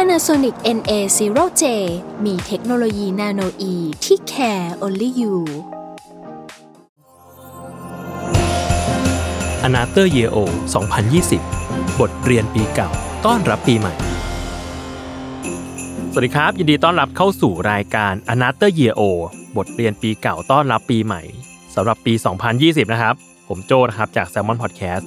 Panasonic NA0J มีเทคโนโลยีนาโนอีที่ care only you a n a t h e r Year O 2020 บทเรียนปีเก่า ต้อนรับปีใหม่ สวัสดีครับ ยินดีต้อนรับเข้าสู่รายการ a n a t h e r Year O บทเรียนปีเก่า ต้อนรับปีใหม่สำหรับปี 2020 นะครับ ผมโจนะครับ จาก Salmon Podcast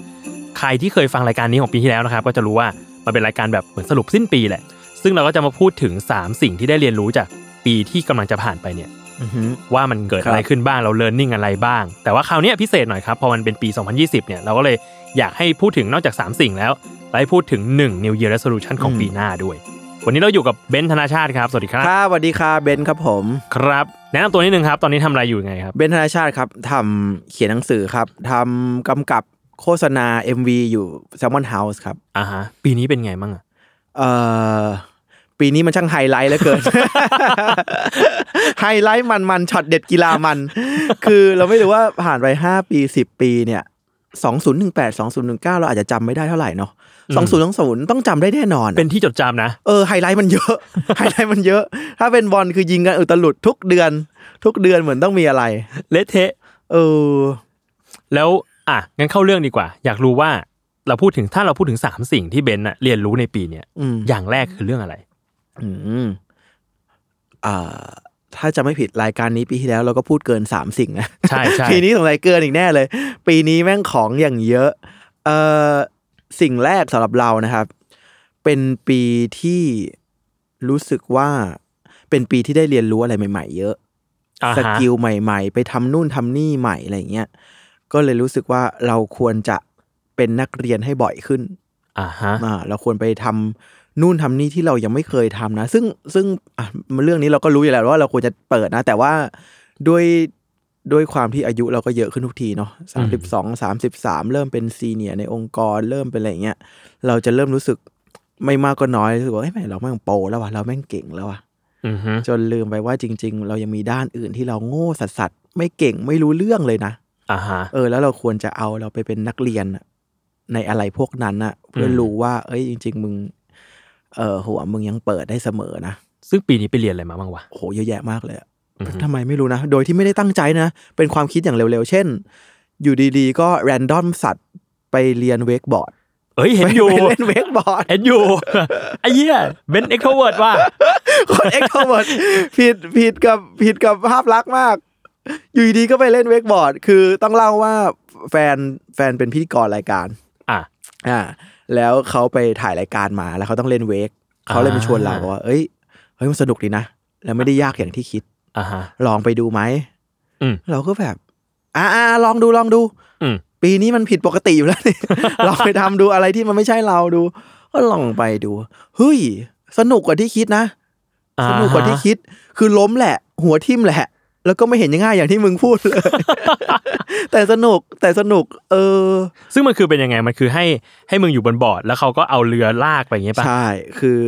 ใครที่เคยฟังรายการนี้ของปีที่แล้วนะครับ ก็จะรู้ว่ามันเป็นรายการแบบเหมือนสรุปสิ้นปีแหละ ซึ่งเราก็จะมาพูดถึง 3 สิ่งที่ได้เรียนรู้จากปีที่กำลังจะผ่านไปเนี่ย ว่ามันเกิดอะไรขึ้นบ้างเราเลิร์นนิ่งอะไรบ้าง แต่ว่าคราวเนี้ยพิเศษหน่อยครับ พอมันเป็นปี 2020 เนี่ย เราก็เลยอยากให้พูดถึงนอกจาก 3 สิ่งแล้วเราให้พูดถึง 1 New Year Resolution ของปีหน้าด้วย วันนี้เราอยู่กับเบนซ์ธนาชาติครับ สวัสดีครับ ครับสวัสดีครับเบนซ์ครับผม ครับ แนะนำตัวนิดนึงครับ ตอนนี้ทำอะไรอยู่ไงครับ เบนซ์ธนาชาติครับทำเขียนหนังสือครับทำกำกับโฆษณา MV อยู่ s ซ l m o n House ครับ อ่าฮะ ปีนี้เป็นไงบ้างอะ เอ่อปีนี้มันช่างไฮไลท์เหลือเกิน ไฮไลท์มันมันๆช็อตเด็ดกีฬามัน คือเราไม่รู้ว่าผ่านไป 5 ปี 10 ปีเนี่ย 2018 2019 เราอาจจะจำไม่ได้เท่าไหร่เนาะ2020 ต้องจำได้แน่นอน เป็นที่จดจำนะ เออไฮไลท์มันเยอะ ไฮไลท์มันเยอะ ถ้าเป็นบอลคือยิงกันอุตลุดทุกเดือน ทุกเดือนเหมือนต้องมีอะไร เละเทะ เออ แล้ว อ่ะ งั้นเข้าเรื่องดีกว่า อยากรู้ว่าเราพูดถึงถ้าเราพูดถึง 3 สิ่งที่เบนซ์อะเรียนรู้ในปีเนี่ย อืม อย่างแรกคือเรื่องอะไร อืมอ่า ถ้าจะไม่ผิดรายการนี้ปีที่แล้วเราก็พูดเกินสามสิ่งนะ ใช่ใช่ ปีนี้สงสัยเกินอีกแน่เลย ปีนี้แม่งของอย่างเยอะ เอ่อ สิ่งแรกสำหรับเรานะครับ เป็นปีที่รู้สึกว่า เป็นปีที่ได้เรียนรู้อะไรใหม่ ๆ เยอะ อ่าฮะ สกิลใหม่ ๆ ไปทำนู่นทำนี่ใหม่อะไรอย่างเงี้ย ก็เลยรู้สึกว่าเราควรจะเป็นนักเรียนให้บ่อยขึ้น อ่าฮะ อ่าเราควรไปทำนู่นทำนี่ที่เรายังไม่เคยทำนะ ซึ่งซึ่งอ่ะเรื่องนี้เราก็รู้อยู่แล้วว่าเราควรจะเปิดนะ แต่ว่าด้วยด้วยความที่อายุเราก็เยอะขึ้นทุกทีเนาะสามสิบสองสามสิบสามเริ่มเป็นซีเนียร์ในองค์กรเริ่มเป็นอะไรอย่างเงี้ยเราจะเริ่มรู้สึกไม่มากก็น้อยรู้สึกว่าเอ้ยแม่งเราแม่งโปรแล้ววะเราแม่งเก่งแล้ววะ อือฮึ จนลืมไปว่าจริง ๆ เรายังมีด้านอื่นที่เราโง่สัสสัไม่เก่งไม่รู้เรื่องเลยนะ อ่าฮะ เออแล้วเราควรจะเอาเราไปเป็นนักเรียนน่ะในอะไรพวกนั้นน่ะ เพื่ออ ม รู้ว่า เอ้ยจริง ๆ มึง เออหัวมึงยังเปิดได้เสมอนะ ซึ่งปีนี้ไปเรียนอะไรมาบ้างวะ โอ้โหเยอะแยะมากเลยอะ อือฮึ ทำไมไม่รู้นะ โดยที่ไม่ได้ตั้งใจนะ เป็นความคิดอย่างเร็วๆ เช่น อยู่ดีๆ ก็แรนดอมสัตว์ไปเรียนเวกบอร์ด เอ้ย เห็น ไป อยู่ เล่นเวกบอร์ด เห็นอยู่ ไอ้เหี้ยเบนเอ็กโทเวิร์ดว่ะ คนเอ็กโทรเวิร์ดผิดผิดกับผิดกับภาพลักษณ์มาก อยู่ดีๆก็ไปเล่นเวกบอร์ด คือต้องเล่าว่าแฟนแฟนเป็นพิธีกรรายการ อ่ะ อ่าแล้วเขาไปถ่ายรายการมาแล้วเขาต้องเล่นเวกเขาเลยมาชวนเรา อ่า ว่า เอ้ยเฮ้ยมันสนุกดีนะ แล้วไม่ได้ยากอย่างที่คิด อ่าฮะ ลองไปดูไหม อืม เราก็แบบอ่าอ่าลองดูลองดู อืม ปีนี้มันผิดปกติอยู่แล้วนี่ ลองไปทำดูอะไรที่มันไม่ใช่เราดู ก็ลองไปดูเฮ้ยสนุกกว่าที่คิดนะ อ่ฮะ สนุกกว่าที่คิด คือล้มแหละ หัวทิ่มแหละ แล้วก็ไม่เห็นง่ายอย่างที่มึงพูดเลย แต่สนุกแต่สนุก เออ ซึ่งมันคือเป็นยังไง มันคือให้ให้มึงอยู่บนบอร์ด แล้วเขาก็เอาเรือลากไปอย่างเงี้ยป่ะ ใช่ คือ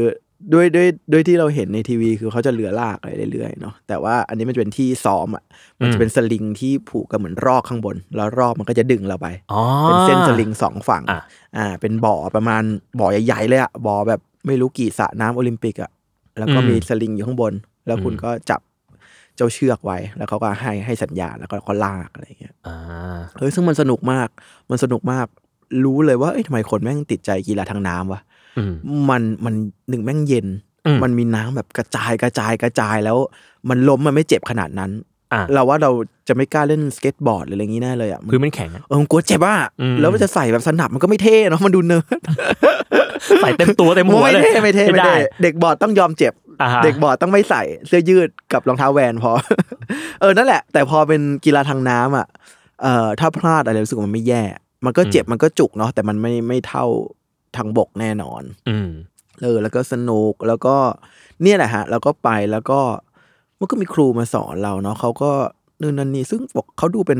ด้วยด้วยด้วยที่เราเห็นในทีวีคือเขาจะเรือลากอะไรเรื่อยๆเนาะ แต่ว่าอันนี้มันจะเป็นที่ซ้อมอ่ะ มัน อื จะ ม เป็นสลิงที่ผูกกับเหมือนรอกข้างบน แล้วรอบมันก็จะดึงเราไป อ๋อ เป็นเส้นสลิงสองฝั่ง อ่ะ อ่า เป็นบ่อประมาณบ่อใหญ่ๆเลยอ่ะ บ่อแบบไม่รู้กี่สระน้ำโอลิมปิกอ่ะ แล้วก็มีสลิงอยู่ข้างบน แล้วคุณก็จับเจ้าเชือกไว้ แล้วเขาก็ให้ให้สัญญาณแล้วก็เขาลากอะไรอย่างเงี้ย อ่า เฮ้ยซึ่งมันสนุกมาก มันสนุกมาก รู้เลยว่า เอ้ยทำไมคนแม่งติดใจกีฬาทางน้ำวะ อืม มันมันหนึ่งแม่งเย็น อืม มันมีน้ำแบบกระจายกระจายกระจายแล้ว มันล้มมันไม่เจ็บขนาดนั้น อ่ะ เราว่าเราจะไม่กล้าเล่นสเก็ตบอร์ดหรืออะไรอย่างนี้แน่เลยอ่ะมัน พื้นมันแข็งอะ เออมันกลัวเจ็บอ่ะ อืม แล้วมันจะใส่แบบสนับมันก็ไม่เท่เนาะมันดูเนิร์ด ใส่เต็มตัวเต็มหัว ไม่ เลย เท่ไม่เท่ไม่ ได้ เท่เด็กบอร์ดต้องยอมเจ็บ อ่าฮะ เด็กบอร์ดต้องไม่ใส่เสื้อยืดกับรองเท้าแวนพอ เออนั่นแหละ แต่พอเป็นกีฬาทางน้ำอ่ะเอ่อถ้าพลาดอะไรรู้สึกว่ามันไม่แย่ มันก็เจ็บมันก็จุกเนาะแต่มันไม่ไม่เท่าทางบกแน่นอน อืม เออแล้วก็สนุกแล้วก็เนี่ยแหละฮะ แล้วก็ไปแล้วก็มันก็มีครูมาสอนเราเนาะเขาก็นู่นนั่นนี่ซึ่งปกเขาดูเป็น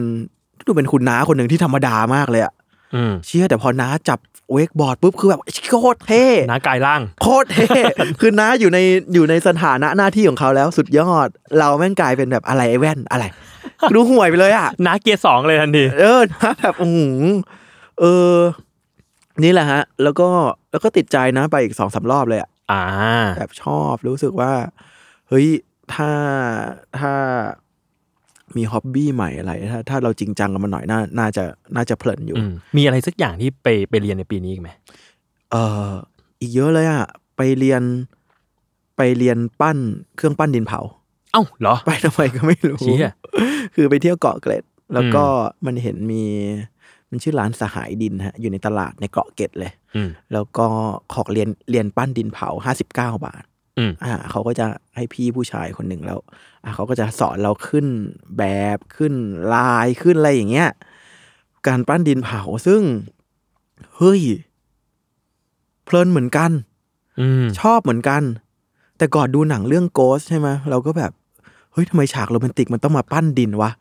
ดูเป็นคุณน้าคนหนึ่งที่ธรรมดามากเลยอะ อืม เชื่อแต่พอน้าจับเวกบอร์ดปุ๊บคือแบบโคตรเท่ น้ากายล่าง โคตรเท่คือน้าอยู่ในอยู่ในสถานะหน้าที่ของเขาแล้วสุดยอด เราแม่งกลายเป็นแบบอะไรไอ้แว่นอะไร ดูห่วยไปเลยอ่ะ น้าเกียร์สองเลยทันที เออนะแบบอือหือเออ นี่แหละฮะ แล้วก็แล้วก็ติดใจนะไปอีกสองสามรอบเลยอ่ะ อ่า แบบชอบรู้สึกว่า เฮ้ยถ้าถ้ามีฮ็อบบี้ใหม่อะไร ถ้าถ้าเราจริงจังกับมันหน่อยน่าน่าจะน่าจะเพลินอยู่ อืมมีอะไรสักอย่างที่ไปไปเรียนในปีนี้อีกไหม เอออีกเยอะเลยอ่ะ ไปเรียนไปเรียนปั้นเครื่องปั้นดินเผา เอ้าเหรอ ไปทำไมก็ไม่รู้ เชี่ย คือไปเที่ยวเกาะเกร็ด แล้วก็มันเห็นมี มันชื่อร้านสหายดินฮะ อยู่ในตลาดในเกาะเกร็ดเลย อืม แล้วก็ของเรียนเรียนปั้นดินเผาห้าสิบเก้าบาท อืม อ่าเขาก็จะให้พี่ผู้ชายคนหนึ่งแล้ว อ่าเขาก็จะสอนเราขึ้นแบบขึ้นลายขึ้นอะไรอย่างเงี้ย การปั้นดินเผาซึ่ง เฮ้ย เพลินเหมือนกัน อืม ชอบเหมือนกัน แต่ก่อนดูหนังเรื่องโกสใช่ไหมเราก็แบบ เฮ้ยทำไมฉากโรแมนติกมันต้องมาปั้นดินวะ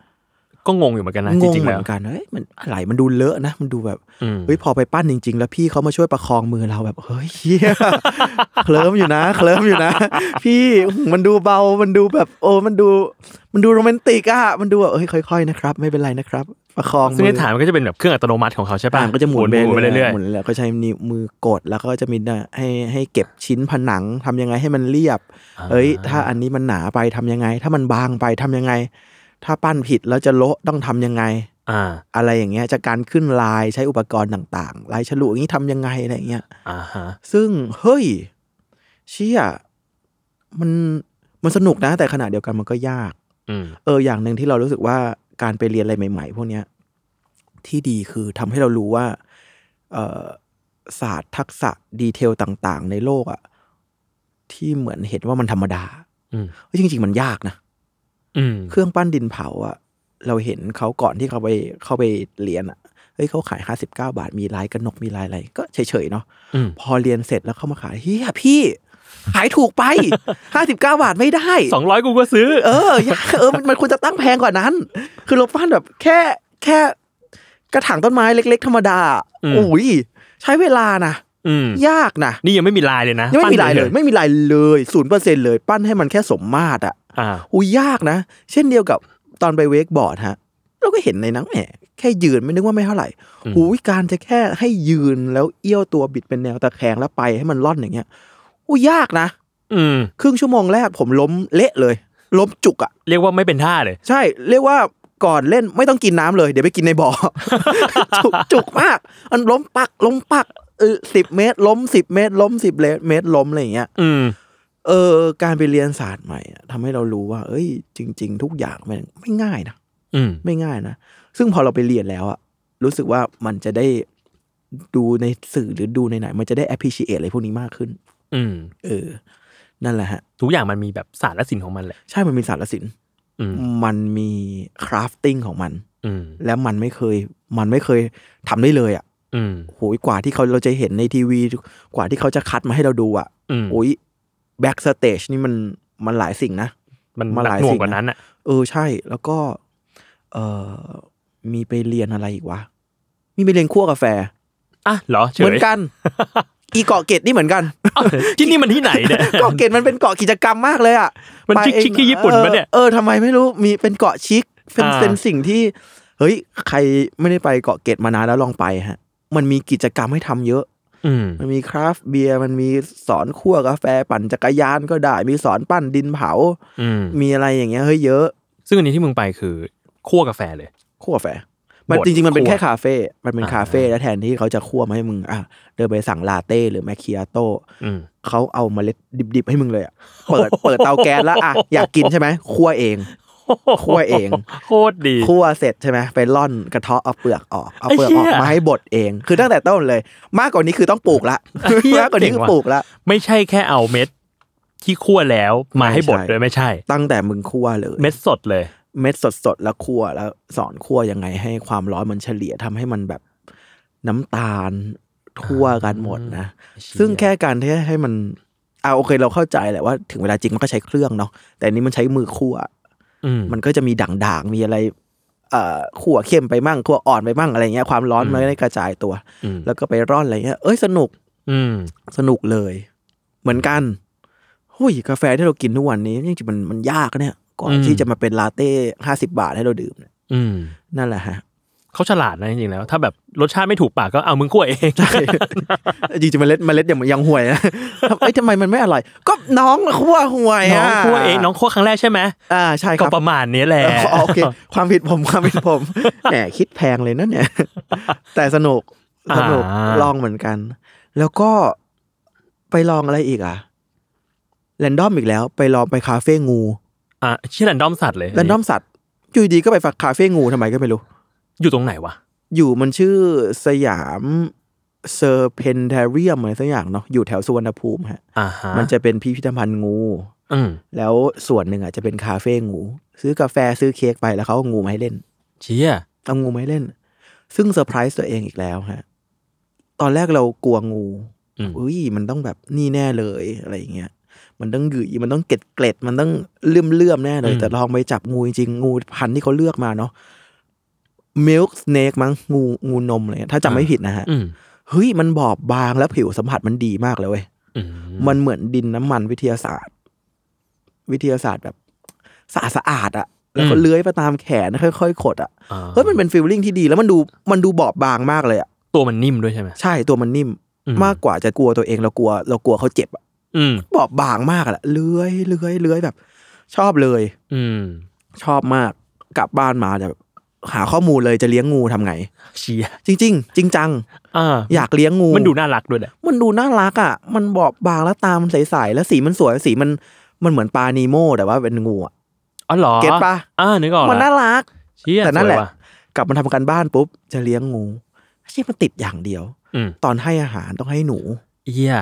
ก็งงอยู่เหมือนกันนะ ง จ ง ริงๆ เหมื แล้ อ วน กันเฮ้ยมันอะไรมันดูเลอะนะ มันดูแบบ อืม เฮ้ยพอไปปั้นจริง ๆ แล้วพี่เขามาช่วยประคองมือเราแบบ เฮ้ยเหี้ย เคลิ้มอยู่นะ เคลิ้มอยู่นะ พี่มันดูเบา มันดูแบบ โอ้มันดู มันดูโรแมนติกอะมันดูแบบเอ้ยค่อยๆนะครับ ไม่เป็นไรนะครับ ประคองมื ซึ่งในฐานมันก็จะเป็นแบบเครื่องอัตโนมัติของเขาใช่ป่ะ อ่มันก็จะหมุน หมุนไป เรื่ เรื่ อ อย ย ๆหมุนแล้วก็ใช้นิ้วมือกดแล้วก็จะมีนะให้ให้เก็บชิ้นผนังทำยังไงให้มันเรียบ ๆ เอ้ย ถ้าอันนี้มันหนาไปทำยังไง ถ้ามันบางไปทำยังไง ถ้าปั้นผิดแล้วจะโละต้องทำยังไง อ่า อะไรอย่างเงี้ยจากการขึ้นลายใช้อุปกรณ์ต่างๆ ลายฉลุอย่างนี้ทำยังไงอะไรอย่างเงี้ย อ่าฮะ ซึ่งเฮ้ย เชี่ยมันมันสนุกนะ แต่ขณะเดียวกันมันก็ยาก อืม เอออย่างหนึ่งที่เรารู้สึกว่าการไปเรียนอะไรใหม่ ๆ พวกเนี้ยที่ดีคือทำให้เรารู้ว่าเออศาสตร์ทักษะดีเทลต่างๆ ในโลกอะที่เหมือนเห็นว่ามันธรรมดา อืม เฮ้ยจริง ๆ มันยากนะ อืม เครื่องปั้นดินเผาอะเราเห็นเขาก่อนที่เขาไปเข้าไปเรียนอะเฮ้ยเขาขายห้าสิบเก้าบาทมีลายกระหนกมีลายอะไร ก็เฉยๆเนาะ อืม พอเรียนเสร็จแล้วเข้ามาขายเฮียพี่ ขายถูกไป ห้าสิบเก้าบาทไม่ได้ สองร้อยกูก็ซื้อ เอออย่าเออมันมันควรจะตั้งแพงกว่านั้น คือเราปั้นแบบแค่แค่กระถางต้นไม้เล็ก ๆ ธรรมดา อืม อุ้ยใช้เวลานะ อืม ยากนะ นี่ยังไม่มีลายเลยนะ ยังไม่มีลายเล ปั้ ย น ไม่มีลายเลยศูนย์เปอร์เซ็นเลย ปั้นให้มันแค่สมมาตรอะ อ่า อุ้ยยากนะ เช่นเดียวกับตอนไปเวกบอร์ดฮะ เราก็เห็นในหนังแหมแค่ยืนไม่นึกว่าไม่เท่าไหร่ อืม หูยการจะแค่ให้ยืนแล้วเอี้ยวตัวบิดเป็นแนวตะแคงแล้วไปให้มันล่อนอย่างเงี้ยอุ้ยยากนะ อืม ครึ่งชั่วโมงแรกผมล้มเละเลย ล้มจุกอะ่ะ เรียกว่าไม่เป็นท่าเลย ใช่ เรียกว่าก่อนเล่นไม่ต้องกินน้ำเลย เดี๋ยวไปกินในบ่อ จุกจุกมาก มันล้มปักล้มปักสิบเมตร ล้มสิบเมตร ล้มสิบเมตรล้มอะไรอย่างเงี้ย อืม เออการไปเรียนศาสตร์ใหม่อะทำให้เรารู้ว่า เอ้ย จริง ๆ ทุกอย่างมันไม่ง่ายนะ อืม ไม่ง่ายนะ ซึ่งพอเราไปเรียนแล้วอะรู้สึกว่ามันจะได้ดูในสื่อหรือดูในไหนๆมันจะได้ appreciate อะไรพวกนี้มากขึ้น อืม เออ นั่นแหละฮะ ทุกอย่างมันมีแบบศาสตร์และศิลป์ของมันแหละ ใช่มันมีสารสิน อืม มันมี crafting ของมัน อืม แล้วมันไม่เคย มันไม่เคยทำได้เลยอะ อืม โหยกว่าที่เขาเราจะเห็นในทีวี กว่าที่เขาจะคัดมาให้เราดูอะ อืม โอ้ย back stage นี่มันมันหลายสิ่งนะ มัน มา หนั ห ก ลาย หน่วง สิ่ง กว่านั้นอ่ะ เออใช่แล้วก็ เออมีไปเรียนอะไรอีกวะมีไปเรียนคั่วกาแฟ อ่ะเหรอเฉ เหมือย นกัน อีเกาะเกตนี่เหมื อนกัน เอ้าที่นี่มันที่ไหนเนี่ย เกาะเกตมันเป็นเกาะกิจกรรมมากเลยอ่ะ มัน ไป ชิคๆ เอง ที่ญี่ปุ่นปะเนี่ย ออเออทำไมไม่รู้มีเป็นเกาะชิคเป็น อ่า เป็นสิ่งที่ เฮ้ย ใครไม่ได้ไปเกาะเกตมานานแล้วลองไปฮะ มันมีกิจกรรมให้ทำเยอะ อืม มันมีคราฟต์เบียร์มันมีสอนคั่วกาแฟปั่นจักรยานก็ได้ มีสอนปั้นดินเผา อืม มีอะไรอย่างเงี้ยเฮ้ยเยอะ ซึ่งอันนี้ที่มึงไปคือคั่วกาแฟเลย คั่วกาแฟ มัน บด จริงๆ มันเป็น คั่ว แค่คาเฟ่ มันเป็น อ่า คาเฟ่แล้วแทนที่เขาจะคั่วมาให้มึง อ่ะ เดินไปสั่งลาเต้หรือแมคคิอาโต้ อืม เขาเอาเมล็ดดิบๆ ให้มึงเลยอ่ะ เปิด เปิดเตาแก๊สแล้วอ่ะ อยากกินใช่ไหมคั่วเอง คั่วเอง โคตรดี คั่วเสร็จใช่ไหมไปล่อนกระเทาะเอาเปลือกออก เอาเปลือกออไอ้กเหี้ย มาให้บดเอง คือตั้งแต่ต้นเลย มากกว่านี้คือต้องปลูกละ ไอ้เหี้ย มากกว่านี้ เจ๋ง คือ ว่ะ ปลูกละ ไม่ใช่แค่เอาเม็ด ที่คั่วแล้วมาให้บด ไม่ใช่ เลยไม่ใช่ ตั้งแต่มึงคั่วเลย เม็ดสดเลย เม็ดสดๆ แล้วคั่วแล้วสอนคั่วยังไงให้ความร้อนมันเฉลี่ยทำให้มันแบบน้ำตาล ทั่วกันหมดนะ ซึ่งแค่การที่ให้มันอ่าโอเคเราเข้าใจแหละว่าถึงเวลาจริงมันก็ใช้เครื่องเนาะแต่อันนี้มันใช้มือคั่ว อืม มันก็จะมีด่างๆ มีอะไร เอ่อขั่วเข้มไปมั่งขั่วอ่อนไปมั่งอะไรเงี้ย ความร้อน อืม มันก็ได้กระจายตัว อืม แล้วก็ไปร่อนอะไรเงี้ย เอ้ยสนุก อืม สนุกเลย เหมือนกันหุยกาแฟที่เรากินทุกวันนี้จริงๆมันมันยากนะเนี่ย ก่อน อืม ที่จะมาเป็นลาเต้ห้าสิบาทให้เราดื่มเนี่ย อืม นั่นแหละฮะ เขาฉลาดนะจริงๆแล้ว ถ้าแบบรสชาติไม่ถูกปากก็เอามึงคั่วเอง ใช่ จริงๆเมล็ดเมล็ดยังยังห่วยนะ เอ้ยทำไมมันไม่อร่อย ก็น้องคั่วห่วย น้ อะ องคั่วเองน้องคั่วครั้งแรกใช่ไหม อ่าใช่ค ก็ รับ ประมาณนี้แหละ อ๋อโอเค ความผิดผมความผิด ผม แหมคิดแพงเลยนั่นเนี่ย แต่สนุกสนุก อ่า ลองเหมือนกัน แล้วก็ไปลองอะไรอีกอ่ะแรนดอมอีกแล้ว ไปลองไปคาเฟ่งู อ่ะชื่อแรนดอมสัตว์เลย แรนดอมสัตว์อยู่ดีก็ไปฝักคาเฟ่งูทำไมก็ไม่รู้ อยู่ตรงไหนวะ อยู่มันชื่อสยามเซอร์เพนเทเรียมอะไรสักอย่างเนาะอยู่แถวสุวรรณภูมิฮะ อ่าฮะ มันจะเป็นพิพิธภัณฑ์งู อืม แล้วส่วนหนึ่งอ่ะจะเป็นคาเฟ่งู ซื้อกาแฟซื้อเค้กไปแล้วเขาเอางูมาให้เล่น เชี่ย เอางูมาให้เล่น ซึ่งเซอร์ไพรส์ตัวเองอีกแล้วฮะ ตอนแรกเรากลัวงู อืม อุ้ยมันต้องแบบนี่แน่เลยอะไรอย่างเงี้ยมันต้องหยืดมันต้องเกล็ดเกล็ดมันต้องเลื่อมเลื่อมๆแน่เลย แต่ลองไปจับงูจริงๆงูพันธุ์ที่เขาเลือกมาเนาะ milk snake มั้งงูงูนมอะไรเงี้ยถ้าจำไม่ผิดนะฮะ อืม เฮ้ยมันบอบบางแล้วผิวสัมผัสมันดีมากเลยเว้ย อืม มันเหมือนดินน้ำมันวิทยาศาสตร์ วิทยาศาสตร์แบบสะอาดสะอาดอะแล้วก็เลื้อยไปตามแขนค่อยๆขดอะ อ่า เฮ้ยมันเป็นฟีลลิ่งที่ดีแล้วมันดูมันดูบอบบางมากเลยอะ ตัวมันนิ่มด้วยใช่ไหม ใช่ตัวมันนิ่ม อื มากกว่าจะกลัวตัวเองเรากลัว เรากลัวเขาเจ็บอะ อืม บอบบางมากอะเลื้อยเลื้อยเลื้อยแบบ ชอบเลย อืม ชอบมากกลับบ้านมาจะแบบหาข้อมูลเลยจะเลี้ยงงูทำไง เชี่ย จริง ๆ จริงจัง อ่า อยากเลี้ยงงู มันดูน่ารักด้วยแหละ มันดูน่ารักอ่ะ มันบอบบางแล้วตามใสๆ แล้วสีมันสวย สีมันมันเหมือนปลานีโมแต่ว่าเป็นงูอะ อ๋อเหรอ เก็ตปะ อ่านึกออก มัน ละ น่ารัก เชี่ย แต่นั่นแหละ สวยว่ กลับมาทำการบ้านปุ๊บ จะเลี้ยงงูไม่ใช่มันติดอย่างเดียว อืม ตอนให้อาหารต้องให้หนู เยี่ย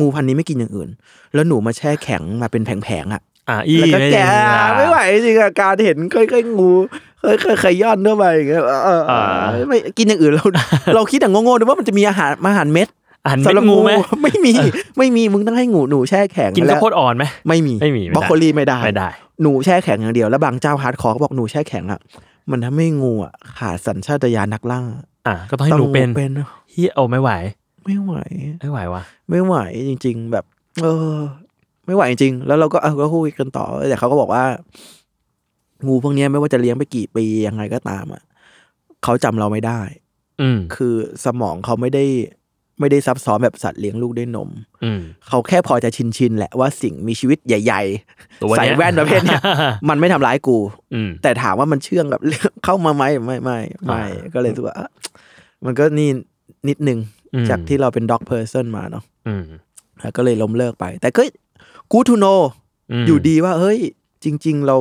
งูพันธุ์นี้ไม่กินอย่างอื่น แล้วหนูมาแช่แข็งมาเป็นแผงๆอ่ะ อ่าอี แล้วก็แกะ ด้ ไม่ไหวจริงอะการเห็นเคยๆงูเคยๆเคยย่อนเข้าไปอย่างเงี้ยเออเออ อ่า ไม่กินอย่าง อื่นเรา เราคิดอย่างโง่ๆด้วยว่ามันจะมีอาหารอาหารเม็ด อ่าน สำ เป็ หรับ นงูไหม ไม่มีไม่มีมึงต้องให้งูหนูแช่แข็ง กิน แล้ ข้าว ว โพดอ่อนไหม ไม่มี ไม่มีไม่ได้ บล็อกโคลีไม่ได้ ไม่ได้ หนูแช่แข็งอย่างเดียว แล้วบางเจ้าฮาร์ดคอร์ก็บอกหนูแช่แข็งอ่ะ มันทำให้งูอ่ะขาดสัญชาตญาณนักล่า อ่ะก็ต้องให้หนูเป็น เป็น เฮียเอาไม่ไหว ไม่ไหว ไม่ไหววะ ไม่ไหวจริง ๆ แบบ เออ ไม่ไหวจริงๆแล้วเราก็เออก็คุยกันต่อแต่เขาก็บอกว่า งูพวกเนี้ยไม่ว่าจะเลี้ยงไปกี่ปียังไงก็ตามอ่ะเขาจำเราไม่ได้ อืม คือสมองเขาไม่ได้ ไม่ได้ซับซ้อนแบบสัตว์เลี้ยงลูกด้วยนม อืม เขาแค่พอจะชินๆแหละว่าสิ่งมีชีวิตใหญ่ ตัว ๆ ใส่ เนี้ย แว่นประเภทเนี้ ย มันไม่ทำร้ายกู อืม แต่ถามว่ามันเชื่องกับ เข้ามาไหมไม่ไม่ไม่ อ่า ก็เลยรู้สึกว่าอ่ะมันก็นี่นิดนึง อืม จากที่เราเป็นด็อกเพ s ร n มาเนาะ อืม แล้วก็เลยล้มเลิกไป แต่ก็กูทูโน ม อยู่ดีว่า เฮ้ย จริง ๆ เรา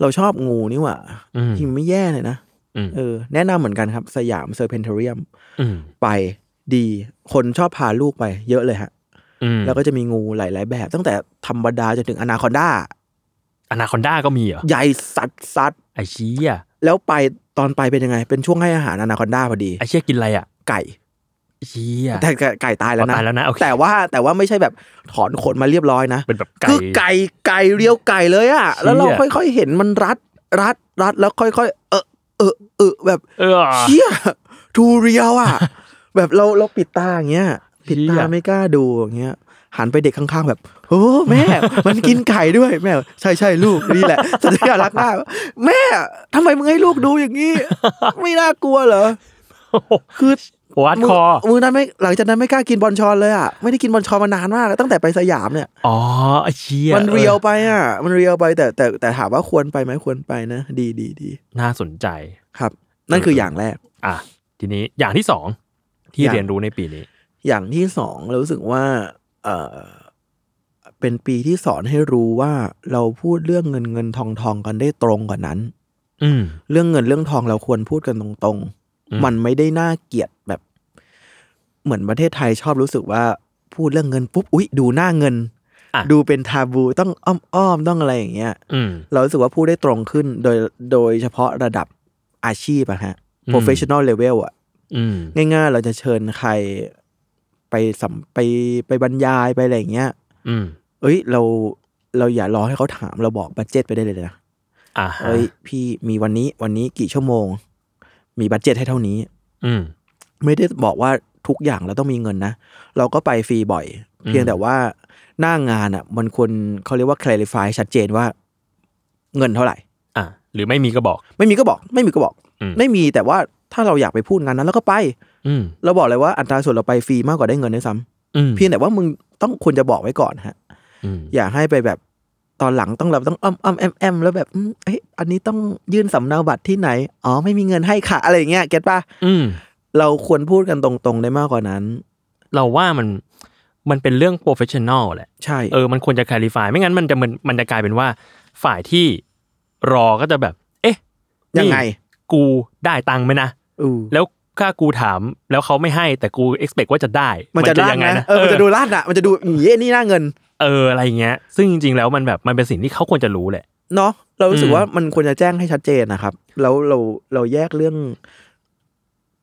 เราชอบงูนี่หว่า อืม จริงไม่แย่เลยนะ อืม เออแนะนำเหมือนกันครับ สยามเซอร์เพนเทเรียม อืม ไปดีคนชอบพาลูกไปเยอะเลยฮะ อืม แล้วก็จะมีงูหลาย ๆ แบบ ตั้งแต่ธรรมดาจนถึงอนาคอนดา อนาคอนด้าก็มีเหรอ ใหญ่สัดสัด ไอเชี่ย แล้วไปตอนไปเป็นยังไง เป็นช่วงให้อาหารอนาคอนดาพอดี ไอเชี่ยกินอะไรอ่ะ ไก่ ไอ้เชี่ย แต่ไก่ไก่ตายแล้ว อ๋อ นะ ตายแล้วนะโอเค แต่ว่าแต่ว่าไม่ใช่แบบถอนขนมาเรียบร้อยนะ เป็นแบบไก่ คือไก่ไก่เรียวไก่เลยอะ เชี่ย แล้วเราค่อยๆเห็นมันรัดรัดรัดแล้วค่อยๆเออเออเออแบบ เออ เชี่ยทูเรียวอะแบบเราเราปิดตาอย่างเงี้ยปิด เชี่ ตาย ไม่กล้าดูอย่างเงี้ยหันไปเด็กข้างๆแบบโอ้แม่ มันกินไก่ด้วยแม่ใช่ใช่ๆลูกนี่แหละสัญญารักมากแม่ทำไมมึงให้ลูกดูอย่างนี้ ไม่น่ากลัวเหรอคือ วัดคอ มือมือนั้นไม่หลังจากนั้นไม่กล้ากินบอลชอนเลยอ่ะไม่ได้กินบอลชอนมานานมาก ตั้งแต่ไปสยามเนี่ย อ๋อไอเชี่ย มันเรียว ออ ไปอ่ะ มันเรียวไปแต่แต่แต่ถามว่าควรไปไหมควรไปนะ ดีดีดี น่าสนใจ ครับ นั่นคืออย่างแรก อ่ะทีนี้อย่างที่สองที่ อย่าง เรียนรู้ในปีนี้ อย่างที่สองเรารู้สึกว่าเออเป็นปีที่สอนให้รู้ว่าเราพูดเรื่องเงินเงินทองทองกันได้ตรงกว่านั้น อืม เรื่องเงินเรื่องทองเราควรพูดกันตรง อืม ๆ มันไม่ได้น่าเกลียดแบบ เหมือนประเทศไทยชอบรู้สึกว่าพูดเรื่องเงินปุ๊บอุ๊ยดูหน้าเงิน ดูเป็นทาบูต้องอ้อมๆต้องอะไรอย่างเงี้ย อืม เรารู้สึกว่าพูดได้ตรงขึ้นโดยโดยเฉพาะระดับอาชีพอะฮะ อืม professional level อะ อืม ง่ายๆ เราจะเชิญใคร ไปสัมไปไปบรรยายไปอะไรอย่างเงี้ย อืม เอ้ยเราเราอย่ารอให้เขาถามเราบอกบัตเจ็ตไปได้เลยนะ อ่าฮะ เอ้ยพี่มีวันนี้วันนี้กี่ชั่วโมง มีบัตเจ็ตให้เท่านี้ อืม ไม่ได้บอกว่าทุกอย่างเราต้องมีเงินนะ เราก็ไปฟรีบ่อย อืม เพียงแต่ว่าหน้างานอ่ะ มันควรเขาเรียกว่า clarify ชัดเจนว่า เงินเท่าไหร่ อ่ะหรือไม่มีก็บอก ไม่มีก็บอก ไม่มีก็บอก อืม ไม่มีแต่ว่าถ้าเราอยากไปพูดงานนั้นเราก็ไป อืม เราบอกเลยว่าอัตราส่วนเราไปฟรีมากกว่าได้เงินด้วยซ้ อืม ำเพียงแต่ว่ามึงต้องควรจะบอกไว้ก่อนฮะ อืม อย่าให้ไปแบบตอนหลังต้องเราต้องอ้อมอ้อมแอมแอมแล้วแบบอืมเอ้ยอันนี้ต้องยื่นสำเนาบัตรที่ไหนอ๋อไม่มีเงินให้ค่ะ อะไรอย่างเงี้ยเก็ตปะ อืม เราควรพูดกันตรงๆได้มากกว่านั้น เราว่ามันมันเป็นเรื่องโปรเฟชชั่นอลแหละ ใช่ เออ มันควรจะคล a ร i ฟายไม่งั้นมันจะมันมันจะกลายเป็นว่าฝ่ายที่รอก็จะแบบ เอ๊ะ ยังไง นี่กูได้ตังค์ไหมนะ อือ แล้วถ้ากูถามแล้วเขาไม่ให้แต่กูเอ็กซ์เพว่าจะได้ มันจะลาด ยัไง นะ นะ เออมันจะดูลาดนะมันจะดูอืมเย่นี่หน้าเงิน เอออะไรอย่างเงี้ย ซึ่งจริงๆแล้วมันแบบมันเป็นสิ่งที่เขาควรจะรู้แหละ เนาะเรารู้สึก อืม ว่ามันควรจะแจ้งให้ชัดเจนนะครับแล้วเราเราแยกเรื่อง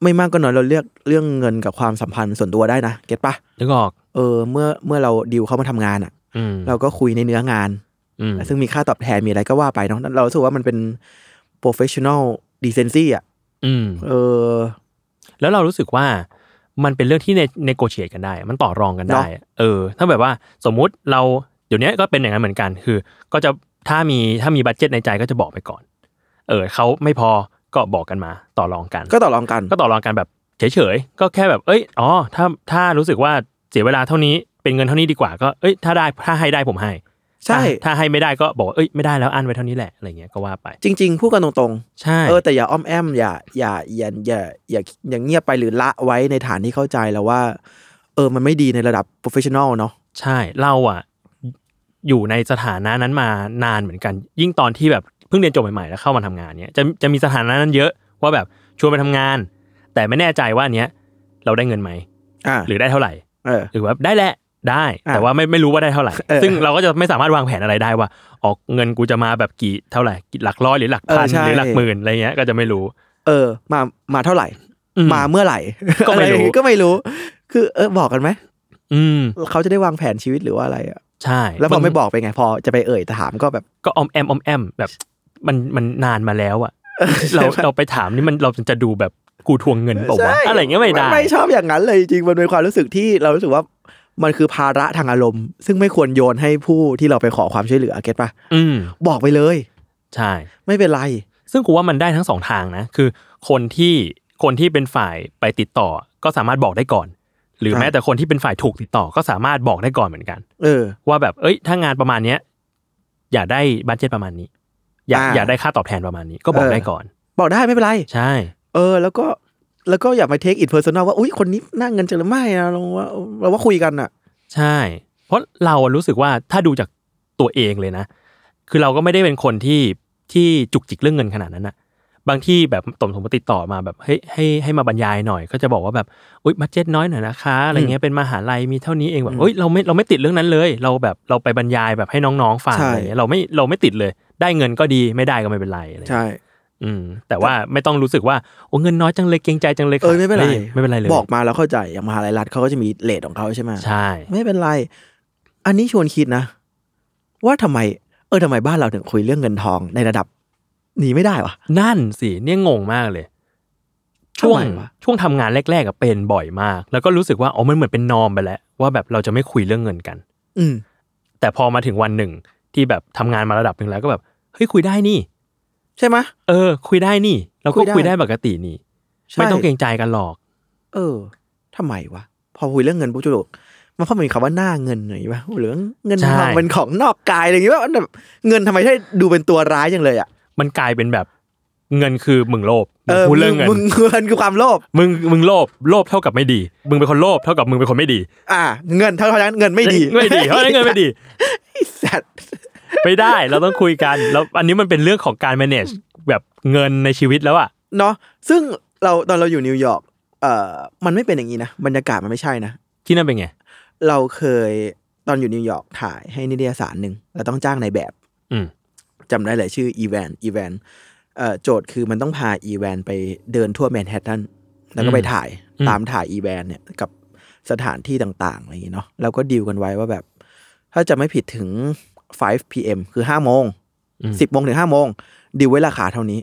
ไม่มากก็น้อยเราเลือกเรื่องเงินกับความสัมพันธ์ส่วนตัวได้นะเก็ตปะ นึกออก เออ เมื่อเมื่อเราดิวเขามาทำงานอ่ะ อืม เราก็คุยในเนื้องาน อืม ซึ่งมีค่าตอบแทนมีอะไรก็ว่าไปเนาะเรารู้สึกว่ามันเป็น professional decency อ่ะ อืม เออ แล้วเรารู้สึกว่ามันเป็นเรื่องที่ในในโกเชียกันได้ มันต่อรองกันได้อะเออ ถ้าแบบว่าสมมุติเราเดี๋ยวนี้ก็เป็นอย่างนั้นเหมือนกัน คือ ก็จะถ้ามีถ้ามีบัตเจ็ตในใจก็จะบอกไปก่อน เออเขาไม่พอก็บอกกันมาต่อรองกัน ก็ต่อรองกัน ก็ต่อรองกันแบบเฉยๆ ก็แค่แบบ เอ้ย อ๋อ ถ้าถ้ารู้สึกว่าเสียเวลาเท่านี้ เป็นเงินเท่านี้ดีกว่า ก็ เอ้ย ถ้าได้ ถ้าให้ได้ผมให้ ใช่ ถ้าถ้าให้ไม่ได้ก็บอกว่า เอ้ย ไม่ได้แล้วอันไว้เท่านี้แหละ อะไรเงี้ยก็ว่าไป จริง ๆ พูดกันตรง ใช่ ๆ เออแต่อย่าอ้อมแอมอย่าอย่าอย่าอย่าอย่าอย่าเงียบไปหรือละไว้ในฐานที่เข้าใจแล้วว่า เออมันไม่ดีในระดับ professional เนาะ ใช่ เราอ่ะ อยู่ในสถานะนั้นมานานเหมือนกัน ยิ่งตอนที่แบบเพิ่งเรียนจบใหม่ๆ แล้วเข้ามาทำงานเนี้ย จะจะมีสถานะนั้นเยอะ ว่าแบบชวนไปทำงาน แต่ไม่แน่ใจว่าอันเนี้ย เราได้เงินไหม อ่า หรือได้เท่าไหร่ เออ หรือว่าได้แหละได้ อ่ะ แต่ว่าไม่ไม่รู้ว่าได้เท่าไหร่ เออ ซึ่งเราก็จะไม่สามารถวางแผนอะไรได้ว่า ออกเงินกูจะมาแบบกี่เท่าไหร่กี่หลักร้อยหรือหลักพัน เออใช่ หรือหลักหมื่นอะไรเงี้ยก็จะไม่รู้ เออ มามาเท่าไหร่ อื มาเมื่อไหร่ ก็ไม่รู้ อะอย่างงี้ก็ไม่รู้ คือ เออบอกกันไหม อืม เขาจะได้วางแผนชีวิตหรือว่าอะไรอะ ใช่ แล้วพอไม่บอกไปนไงพอจะไปเอ่ยถามก็แบบ ก็ออมแอมออมแอมแบบมันมันนานมาแล้วอะเราเราไปถามนี่มันเราจะดูแบบกูทวงเงินเปล่าวะ ใช่ อะไรเงี้ยไม่ได้ นไม่ชอบอย่างนั้นเลยจริงๆมันเป็นความรู้สึกที่เรารู้สึกว่ามันคือภาระทางอารมณ์ ซึ่งไม่ควรโยนให้ผู้ที่เราไปขอความช่วยเหลือเก็ตปะ อืม บอกไปเลย ใช่ ไม่เป็นไร ซึ่งกูว่ามันได้ทั้งสองทางนะ คือคนที่คนที่เป็นฝ่ายไปติดต่อก็สามารถบอกได้ก่อน หรือ ครับ แม้แต่คนที่เป็นฝ่ายถูกติดต่อก็สามารถบอกได้ก่อนเหมือนกัน เออ ว่าแบบ เอ้ย ถ้างานประมาณเนี้ย อยากได้บัตเจ็ตประมาณนี้ อยาก อ่า อยากได้ค่าตอบแทนประมาณนี้ ก็บอก เออ ได้ก่อน บอกได้ไม่เป็นไร ใช่ เออ แล้วก็แล้วก็อย่ามาเทคอิทเพอร์ซันอลว่าอุ้ยคนนี้หน่าเงินจังหรือไม่นะเราว่าเราว่าคุยกันอ่ะ ใช่ เพราะเราอะรู้สึกว่าถ้าดูจากตัวเองเลยนะ คือเราก็ไม่ได้เป็นคนที่ที่จุกจิกเรื่องเงินขนาดนั้นอะบางที่แบบตมสมมติติดต่อมาแบบเฮ้ยให้ให้มาบรรยายหน่อย ก็จะบอกว่าแบบอุ้ยบัตเจ็ตน้อยหน่อยนะคะอะไรเงี้ยเป็นมหาลัยมีเท่านี้เองแบบเฮ้ยเราไม่เราไม่ติดเรื่องนั้นเลย เราแบบเราไปบรรยายแบบให้น้องๆฟัง ใช่ อะไรเงี้ยเราไม่เราไม่ติดเลย ได้เงินก็ดีไม่ได้ก็ไม่เป็นไรอะไรเงี้ย ใช่ อืมแต่ว่าไม่ต้องรู้สึกว่าโอ้เงินน้อยจังเลยเกรงใจจังเลย เออไม่เป็นไร ไม่เป็นไรเลย บอกมาแล้วเข้าใจอย่างมหาลัยรัฐเขาก็จะมีเลทของเขาใช่ไหม ใช่ ไม่เป็นไร อันนี้ชวนคิดนะ ว่าทำไม เออทำไมบ้านเราถึงคุยเรื่องเงินทองในระดับนี้ไม่ได้วะ นั่นสิเนี่ยงงมากเลย ช่วง ทำไมวะ ช่วงทำงานแรกๆกับเป็นบ่อยมาก แล้วก็รู้สึกว่าอ๋อมันเหมือนเป็นนอมไปแล้ว ว่าแบบเราจะไม่คุยเรื่องเงินกัน อืม แต่พอมาถึงวันหนึ่งที่แบบทำงานมาระดับหนึ่งแล้วก็แบบเฮ้ยคุยได้นี่ ใช่ไหม เออ คุยได้นี่ เรา คุ ก็ ยได้ คุยได้ปกตินี่ ใช่ ไม่ต้องเกรงใจกันหรอก เออทำไมวะ พอคุยเรื่องเงินปุ๊บจุกมันพอมีคำว่าหน้าเงินหน่อยปะหรือเงินทอง ใช่ เป็นของนอกกายอะไรอย่างเงี้ยว่าแบบเงินทำไมได้ดูเป็นตัวร้ายจังเลยอ่ะ มันกลายเป็นแบบเงินคือมึงโลภมึ เอง อ พูดเรื่องเงิน มึงเงินคือความโลภ มึงมึงโลภโลภเท่ากับไม่ดี มึงเป็นคนโลภเท่ากับมึงเป็นคนไม่ดี อ่า เงินเท่านั้นเงินไม่ดี ไม่ดีเพราะฉะนั้นเงินไม่ดี ไอ้สัตว์ ไม่ได้เราต้องคุยกัน แล้วอันนี้มันเป็นเรื่องของการ manage แบบเงินในชีวิตแล้วอะ เนาะซึ่งเราตอนเราอยู่นิวยอร์กเอ่อมันไม่เป็นอย่างนี้นะบรรยากาศมันไม่ใช่นะ ที่นั่นเป็นไง เราเคยตอนอยู่นิวยอร์กถ่ายให้นิตยสารหนึ่งเราต้องจ้างในายแบบ อืม จำได้เลยชื่ออีแวนอีแวนเอ่อโจทย์คือมันต้องพาอีแวนไปเดินทั่วแมนฮัตตันแล้วก็ไปถ่ายตามถ่ายอีแวนเนี่ยกับ สถานที่ต่างๆอะไรอย่างเงี้ยเนาะเราก็ดีลกันไว้ว่าแบบ ถ้าจะไม่ผิดถึง 5 p.m. คือ5โมง อืม 10โมงถึง5โมงดีลไว้ราคาเท่านี้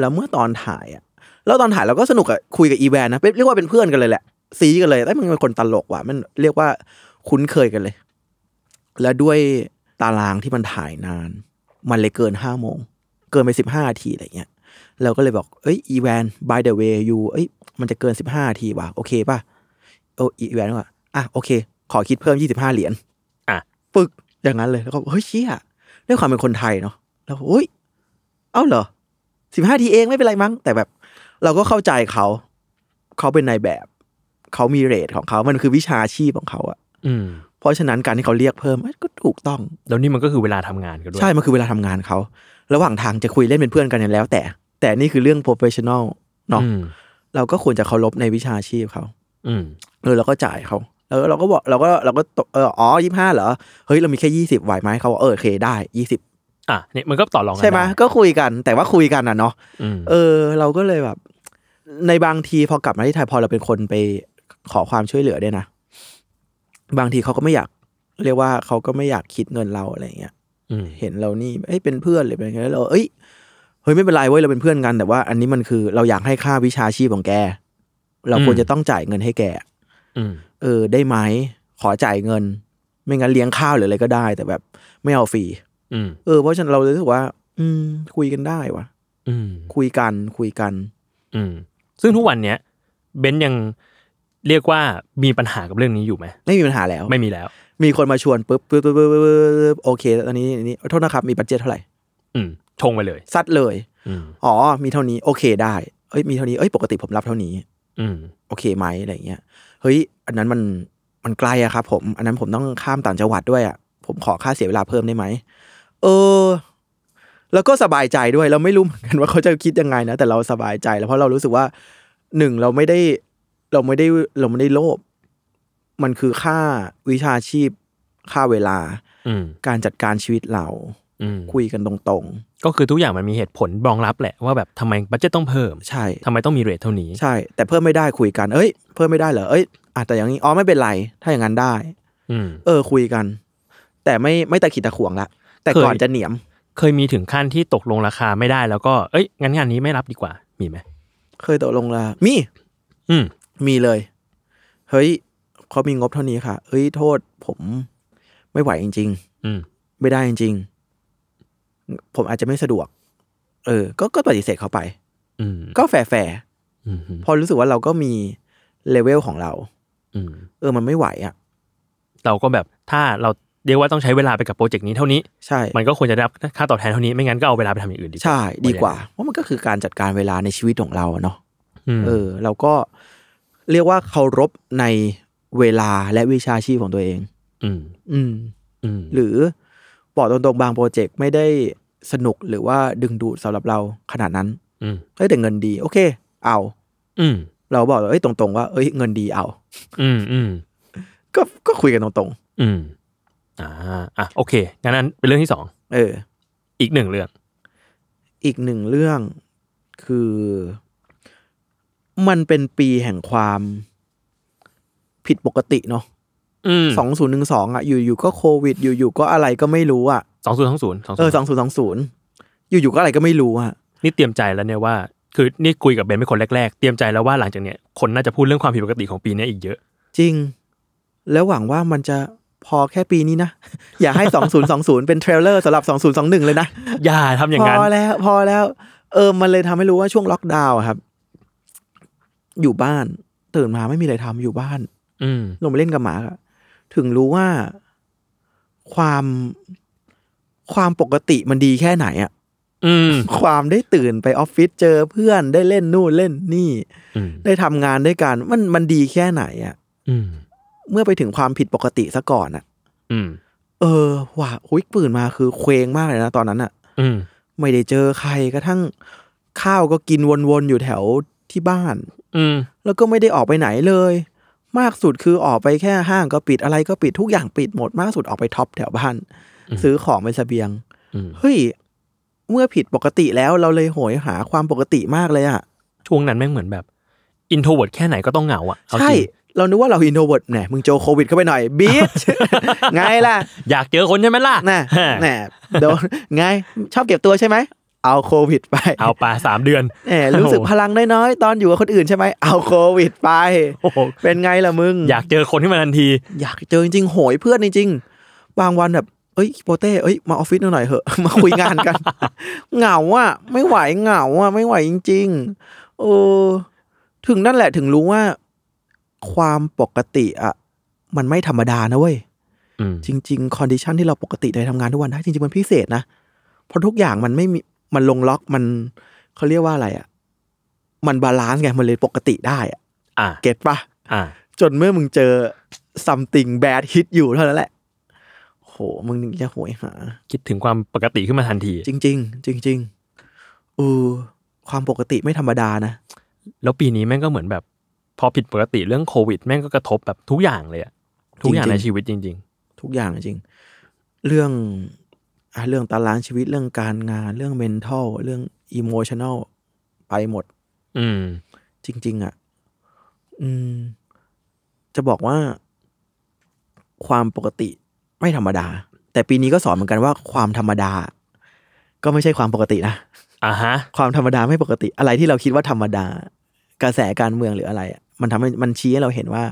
แล้วเมื่อตอนถ่ายอะแล้วตอนถ่ายเราก็สนุกอะคุยกับอีแวนนะเป็นเรียกว่าเป็นเพื่อนกันเลยแหละ ซีกันเลยแต่มันเป็นคนตลกว่ะมันเรียกว่าคุ้นเคยกันเลย แล้วด้วยตารางที่มันถ่ายนาน มันเลยเกินห้าโมง เกินไปสิบห้าทีอะไรเงี้ย เราก็เลยบอก เอ้ยอีแวน by the way you เอ้ยมันจะเกินสิบห้าทีว่ะ โอเคป่ะโอ้อีแวนว่าอ่ะโอเค ขอคิดเพิ่มยี่สิบห้าเหรียญ อ่ะ ปึกอย่างนั้นเลยแล้วก็เฮ้ยเชี่ยด้วยความเป็นคนไทยเนาะแล้วก็เฮ้ย เอ้าเหรอสิบห้าทีเองไม่เป็นไรมั้ง แต่แบบ เราก็เข้าใจเขา เขาเป็นนายแบบ เขามีเรทของเขา มันคือวิชาชีพของเขาอะ อืม เพราะฉะนั้นการที่เขาเรียกเพิ่มเอ้ยก็ถูกต้อง แล้วนี่มันก็คือเวลาทำงานกันด้วย ใช่ มันคือเวลาทำงานเขา ระหว่างทางจะคุยเล่นเป็นเพื่อนกันเนี่ยแล้วแต่ แต่นี่คือเรื่อง professional เนาะ อืม เราก็ควรจะเคารพในวิชาชีพเขา อืม เออเราก็จ่ายเขา แล้วเราก็บอกเราก็เราก็ตกเอออ๋อยี่ห้าเหรอ เฮ้ย เรามีแค่ยี่สิบไหวไหมเขาบอกเออโอเคได้ยี่สิบ อ่ะเนี่ยมันก็ต่อรองกัน ใช่ไหม ด้ ก็คุยกัน แต่ว่าคุยกันอ่ะเนาะ อืม เออ เราก็เลยแบบ ในบางทีพอกลับมาที่ไทยพอเราเป็นคนไปขอความช่วยเหลือด้วยนะ บางทีเขาก็ไม่อยาก เรียกว่าเขาก็ไม่อยากคิดเงินเราอะไรอย่างเงี้ย อืม เห็นเรานี่เอ้ยเป็นเพื่อนหรือเป็นไงแล้วเราเอ้ย เฮ้ยไม่เป็นไรเว้ยเราเป็นเพื่อนกัน แต่ว่าอันนี้มันคือเราอยากให้ค่าวิชาชีพของแก เราควรจะต้องจ่ายเงินให้แก อืม เออได้ไหม ขอจ่ายเงิน ไม่งั้นเลี้ยงข้าวหรืออะไรก็ได้ แต่แบบไม่เอาฟรี อืม เออเพราะฉะนั้นเราเลยรู้สึกว่า อืม คุยกันได้วะ อืม คุยกันคุยกัน อืมซึ่งทุกวันเนี้ยเบนซ์ยังเรียกว่ามีปัญหากับเรื่องนี้อยู่ไหม ไม่มีปัญหาแล้ว ไม่มีแล้ว มีคนมาชวนปุ๊บปุ๊บปุ๊บปุ๊บปุ๊บปุ๊บโอเคตอนนี้อันนี้โทษนะครับมีบัตเจ็ตเท่าไหร่ อืมชงไปเลย ซัดเลย อืม อ๋อ มีเท่านี้ โอเคได้เอ้ยมีเท่านี้เอ้ยปกติผมรับเท่านี้ อืม โอเคไหมอะไรเงี้ย เฮ้ย อันนั้นมันมันไกลอะครับผม อันนั้นผมต้องข้ามต่างจังหวัดด้วยอะผมขอค่าเสียเวลาเพิ่มได้ไหม เออ แล้วก็สบายใจด้วย เราไม่รู้เหมือนกันว่าเขาจะคิดยังไงนะ แต่เราสบายใจแล้วเพราะเรารู้สึกว่าหนึ่งเราไม่ได้ เราไม่ได้เราไม่ได้โลภ มันคือค่าวิชาชีพ ค่าเวลา อืม การจัดการชีวิตเรา อืม คุยกันตรง ก็คือทุกอย่างมันมีเหตุผลรองรับแหละว่าแบบทำไมบัตเจตต้องเพิ่ม ๆ ใช่ ทำไมต้องมีเรทเท่านี้ ใช่ แต่เพิ่มไม่ได้คุยกัน เอ้ย เพิ่มไม่ได้เหรอ เอ้ยอาจจะอย่างนี้ อ๋อไม่เป็นไร ถ้าอย่างนั้นได้ อืม เออคุยกัน แต่ไม่ไม่ตะขิดตะขวงละ แต่ เคย ก่อนจะเหนียม เคยมีถึงขั้นที่ตกลงราคาไม่ได้แล้วก็เอ้ยงั้นงานนี้ไม่รับดีกว่ามีไหม เคยตกลงละมี อืม มีเลย เฮ้ยเขามีงบเท่านี้ค่ะ เฮ้ยโทษผมไม่ไหวจริง อืม ๆ ไม่ได้จริง ๆ ผมอาจจะไม่สะดวก เออ ก็ก็ปฏิเสธเขาไป อืม ก็แฟร์ อืม ๆพอรู้สึกว่าเราก็มีเลเวลของเรา อืม เออมันไม่ไหวอ่ะ เราก็แบบถ้าเราเรียกว่าต้องใช้เวลาไปกับโปรเจกต์นี้เท่านี้ ใช่ มันก็ควรจะได้รับค่าตอบแทนเท่านี้ไม่งั้นก็เอาเวลาไปทำอย่างอื่นดีกว่า ใช่ดีกว่าเพราะมันก็คือการจัดการเวลาในชีวิตของเราอะเนาะ ม เออเราก็เรียกว่าเคารพในเวลาและวิชาชีพของตัวเอง อืม อืม อืม หรือบอกตรงๆบางโปรเจกต์ไม่ได้สนุกหรือว่าดึงดูดสำหรับเราขนาดนั้น อืม เอ้ยแต่เงินดี โอเค เอา อืม เราบอกเอ้ยตรงๆว่าเอ้ยเงินดีเอา อืมอืม ก็ก็คุยกันตรง อืมอ่าอ่ะโอเคงั้นนั้นเป็นเรื่องที่สอง ๆ เออ อีกหนึ่งเรื่อง อีกหนึ่งเรื่องคือ มันเป็นปีแห่งความผิดปกติเนาะ อืม สองศูนย์หนึ่งสองอ่ะอยู่ๆก็โควิด อยู่ๆก็อะไรก็ไม่รู้อ่ะ สองศูนย์สองศูนย์สอง เอ ศูน อ ย์ สองศูนย์สองศูนย์อยู่ๆก็อะไรก็ไม่รู้อะ นี่เตรียมใจแล้วเนี่ยว่า คือนี่คุยกับเบนเป็นคนแรกๆเตรียมใจแล้วว่าหลังจากเนี้ยคนน่าจะพูดเรื่องความผิดปกติของปีเนี้ยอีกเยอะ จริง แล้วหวังว่ามันจะพอแค่ปีนี้นะ อย่าให้ 2020 เป็นเทรลเลอร์สำหรับ 2021 เลยนะ อย่าทำอย่าง พ นั้น อแล้ว พอแล้ว เออ มันเลยทำให้รู้ว่าช่วงล็อกดาวน์อะครับ อยู่บ้าน ตื่นมาไม่มีอะไรทำอยู่บ้าน อืม ลงไปเล่นกับหมาอะถึงรู้ว่าความความปกติมันดีแค่ไหนอะ อืม ความได้ตื่นไปออฟฟิศเจอเพื่อนได้เล่นนู่นเล่นนี่ อืม ได้ทำงานด้วยกันมันมันดีแค่ไหนอะ อืม เมื่อไปถึงความผิดปกติซะก่อนอะ อืม เออว่ะอุ้ยปืนมาคือเคว้งมากเลยนะตอนนั้นอะ อืม ไม่ได้เจอใครกระทั่งข้าวก็กินวนๆอยู่แถวที่บ้าน อืม แล้วก็ไม่ได้ออกไปไหนเลย มากสุดคือออกไปแค่ห้างก็ปิดอะไรก็ปิดทุกอย่างปิดหมดมากสุดออกไปท็อปแถวบ้าน อืม ซื้อของเป็นเสบียง อืม เฮ้ยเมื่อผิดปกติแล้วเราเลยโหยหาความปกติมากเลยอะ ช่วงนั้นแม่งเหมือนแบบ อินโทรเวิร์ดแค่ไหนก็ต้องเหงาอะเอาจ ใช่ ริง เรานึกว่าเราอินโทรเวิร์ดแหมมึงโจโควิดเข้าไปหน่อยบีช ไงล่ะ อยากเจอคนใช่ไหมล่ะ น่ะแหมโดนไงชอบเก็บตัวใช่ไหมเอาโควิดไป เอาไปสามเดือน แหมรู้สึกพลังน้อยๆตอนอยู่กับคนอื่นใช่ไหมเอาโควิดไป โอ้โห เป็นไงล่ะมึง อยากเจอคนที่มาทันที อยากเจอจริงๆโหยเพื่อนจริงๆบางวันแบบเอ้ยโปเต้เอ้ยมาออฟฟิศหน่อยเหอะ มาคุยงานกัน เหงาอ่ะ ไม่ไหวเหงาอ่ะ ไม่ไหวจริงๆเออถึงนั่นแหละถึงรู้ว่า ความปกติอ่ะ มันไม่ธรรมดานะเว้ย อืม จริงๆคอนดิชันที่เราปกติในทำงานทุกวันได้จริงๆ มันพิเศษนะ เพราะทุกอย่างมันไม่มีมันลงล็อกมันเขาเรียกว่าอะไรอ่ะ มันบาลานซ์ไงมันเลยปกติได้อ่ะ อ่า เก็ตปะ อ่า จนเมื่อมึงเจอ something bad hit อยู่เท่านั้นแหละ โห มึงถึงจะโหยหา คิดถึงความปกติขึ้นมาทันที จริง ๆ จริงๆเออความปกติไม่ธรรมดานะ แล้วปีนี้แม่งก็เหมือนแบบ พอผิดปกติเรื่องโควิด แม่งก็กระทบแบบทุกอย่างเลยอะทุกอย่าง จริงๆ ในชีวิตจริง ทุกอย่างจริง เรื่องอ่ะเรื่องตารางชีวิตเรื่องการงาน เรื่อง mental เรื่อง emotional ไปหมด ๆ อืม จริง ๆ อ่ะ อืม จะบอกว่า ความปกติไม่ธรรมดา แต่ปีนี้ก็สอนเหมือนกันว่าความธรรมดา ก็ไม่ใช่ความปกตินะ อ่าฮะ ความธรรมดาไม่ปกติอะไรที่เราคิดว่าธรรมดา กระแสการเมืองหรืออะไรอะมันทำให้มันชี้ให้เราเห็นว่า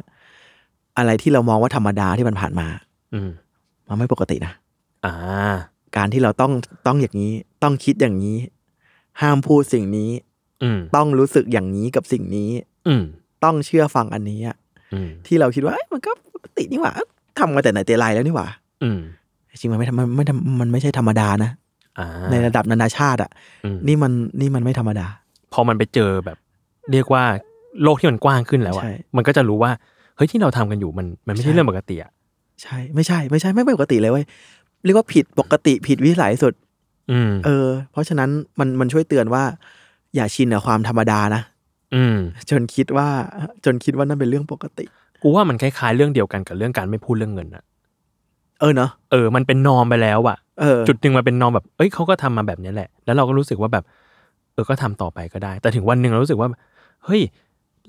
อะไรที่เรามองว่าธรรมดาที่มันผ่านมา อืม มันไม่ปกตินะ อ่า การที่เราต้องต้องอย่างนี้ ต้องคิดอย่างนี้ ห้ามพูดสิ่งนี้ อืม ต้องรู้สึกอย่างนี้กับสิ่งนี้ อืม ต้องเชื่อฟังอันนี้อะ อืม ที่เราคิดว่าเอ้ยมันก็ปกตินี่หว่าทำมาแต่ไหนแต่ไรแล้วนี่หว่า อืม จริงๆมันไม่ทำมันไม่ทำมันไม่ใช่ธรรมดานะ อ่า ในระดับนานาชาติอะ อืม นี่มันนี่มันไม่ธรรมดา พอมันไปเจอแบบ เรียกว่าโลกที่มันกว้างขึ้นแล้วอะ ใช่ มันก็จะรู้ว่า เฮ้ยที่เราทำกันอยู่มันมันไม่ ใช่ ใช่เรื่องปกติอะ ใช่ไม่ใช่ไม่ใช่ไม่ปกติเลยเว้ยเรียกว่าผิดปกติผิดวิสัยสุด อืม เออ เพราะฉะนั้นมันมันช่วยเตือนว่า อย่าชินกับความธรรมดานะ อืม จนคิดว่าจนคิดว่านั่นเป็นเรื่องปกติ กูว่ามันคล้ายๆเรื่องเดียวกันกับเรื่องการไม่พูดเรื่องเงินอะ เออเนาะ เออ มันเป็นนอมไปแล้วอะ เออ จุดหนึ่งมันเป็นนอมแบบ เอ้ยเขาก็ทำมาแบบนี้แหละ แล้วเราก็รู้สึกว่าแบบ เออ ก็ทำต่อไปก็ได้ แต่ถึงวันหนึ่งเรารู้สึกว่า เฮ้ย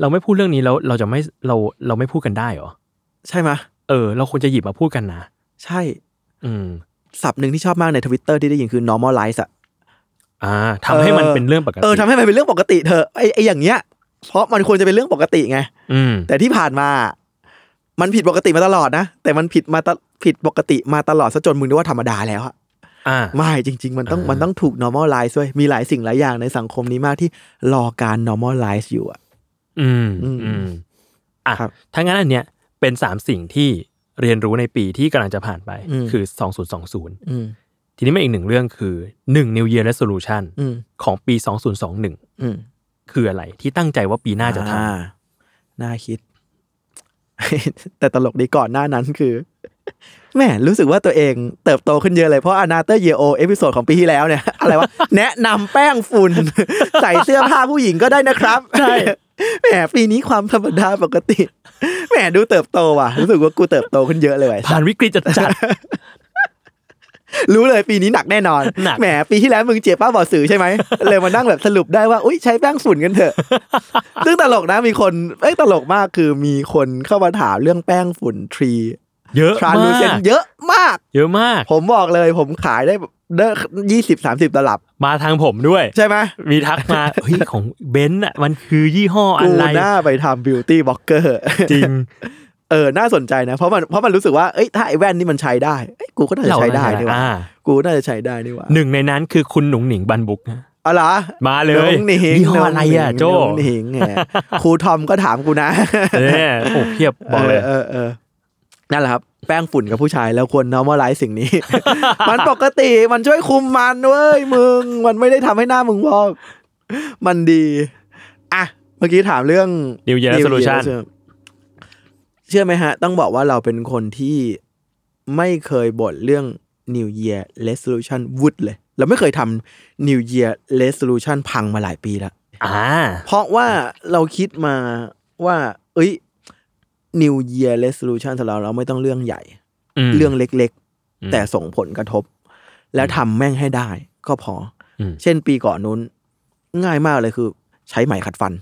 เราไม่พูดเรื่องนี้แล้วเราจะไม่ เรา เราไม่พูดกันได้เหรอ ใช่ไหมะ เออ เราควรจะหยิบมาพูดกันนะ ใช่ อืม ศัพท์หนึ่งที่ชอบมากในทวิตเตอร์ที่ได้ยินคือ normalize อะ อ่าทำให้มันเป็นเรื่องปกติ เออทำให้มันเป็นเรื่องปกติเธอะไอไออย่างเงี้ย เพราะมันควรจะเป็นเรื่องปกติไง อืม แต่ที่ผ่านมา มันผิดปกติมาตลอดนะ แต่มันผิดมาตะผิดปกติมาตลอดซะจนมึงนึกว่าธรรมดาแล้วอะ อ่า ไม่จริง ๆ มันต้อง อ่ามั มันต้องถูก normalize ด้วยมีหลายสิ่งหลายอย่างในสังคมนี้มากที่รอการ normalize อยู่อะ อืม อืม อืม อ่ะ ครับ ถ้างั้นอันเนี้ย เป็นสามสิ่งที่เรียนรู้ในปีที่กำลังจะผ่านไป อืม คือสองศูนย์สองศูนย์ อืม ทีนี้มาอีกหนึ่งเรื่องคือหนึ่ง New Year Resolution อืม ของปีสองศูนย์สองหนึ่ง อืม คืออะไร ที่ตั้งใจว่าปีหน้าจะท อ่น่าคิด แต่ตลกดีก่อนหน้านั้นคือ แหม่รู้สึกว่าตัวเองเติบโตขึ้นเยอะเลย เพราะอนาเตอร์เยโอเอพิโซดของปีที่แล้วเนี่ย อะไรวะ แนะนำแป้งฝุ่น ใส่เสื้อผ้าผู้หญิงก็ได้นะครับใช่ แหมปีนี้ความธรรมดาปกติแหมดูเติบโตว่ะ รู้สึกว่ากูเติบโตขึ้นเยอะเลยว่ะ ำผ่านวิกฤตจั ด รู้เลยปีนี้หนักแน่นอน หนัก แหมปีที่แล้วมึงเจี๊ยบป้าบอสื่อใช่ไหม เลยมานั่งแบบสรุปได้ว่า อุ้ยใช้แป้งฝุ่นกันเถอะ ซึ่งตลกนะมีคนเอ้ยตลกมากคือมีคนเข้ามาถามเรื่องแป้งฝุ่นทรี ๆเยอะ ทรานลู มา เซน ก เยอะมาก เยอะมาก ผมบอกเลยผมขายได้แบบเด้อยี่สิบสามสิบตลับ มาทางผมด้วย ใช่ไหม มีทักมา เฮ้ย ของเบนซ์อ่ะ มันคือยี่ห้ออะ กู ไร หน้าไปทำบิวตี้บล็อกเกอร์ จริง เออน่าสนใจนะ เพราะมันเพราะมันรู้สึกว่าเอ้ยถ้าไอ้แว่นนี่มันใช้ได้เอ้ยกูก็น่าจะ เรา ใช้ ได้ ได้นี่หว่า อ่า กูน่าจะใช้ได้นี่หว่า หนึ่งในนั้นคือคุณหนุ่งหนิงบันบุกนะ เอาล่ะ มาเลย น้องหนิง ยี่ห้ออะไรอ่ะ โจ น้องหนิงเนี่ยครูทอมก็ถามกูนะ เนี่ยโอ้เพียบบอกเลย เออเออเออนั่นแหละครับ แป้งฝุ่นกับผู้ชายแล้วควร normalize สิ่งนี้ มันปกติมันช่วยคุมมันเว้ยมึง มันไม่ได้ทำให้หน้ามึงวอก มันดีอ่ะเมื่อกี้ถามเรื่อง New Year New Resolution Resolution เชื่อไหมฮะ ต้องบอกว่าเราเป็นคนที่ไม่เคยบ่นเรื่อง New Year Resolution วุดเลย เราไม่เคยทำ New Year Resolution พังมาหลายปีแล้ว อ่า เพราะว่าเราคิดมาว่า เอ้ย New Year Resolution สำหรับเราไม่ต้องเรื่องใหญ่ ม เรื่องเล็ก อืม ๆ แต่ส่งผลกระทบ แล้วทำแม่งให้ได้ก็พออ ม เช่นปีก่อนนู้น ง่ายมากเลยคือ ใช้ไหมขัดฟัน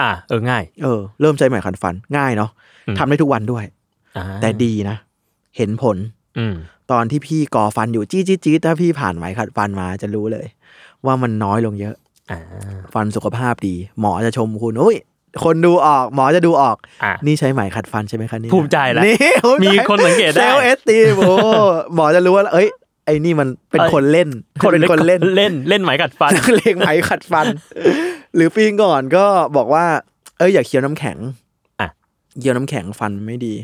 อ่ะเออง่าย เออเริ่มใจใหม่ขันฟันง่ายเนาะ อืม ทำได้ทุกวันด้วย อ่า แต่ดีนะ เห็นผล อืม ตอนที่พี่ก่อฟันอยู่จี้จี้จี้ถ้าพี่ผ่านไหมขัดฟันมาจะรู้เลย ว่ามันน้อยลงเยอะ อ่า ฟันสุขภาพดี หมอจะชมคุณอุ้ยคนดูออกหมอจะดูออก อ่ะ นี่ใช้ไหมขัดฟันใช่ไหมคะเนี่ย ภูมิใจละ นี่ภูใจ มีคนสังเกตได้ ซลล์เอสตี มโอ้หมอจะรู้ว่า เอ้ย ไอ้นี่มันเป็นคนเล่นเป็นคนเล่น เล่นเล่นไหมกัดฟัน นัก เลงไหมขัดฟัน หรือปีก่อนก็บอกว่า เอยอย่าเคี้ยวน้ำแข็ง อ่ะ เคี้ยวน้ำแข็งฟันไม่ดี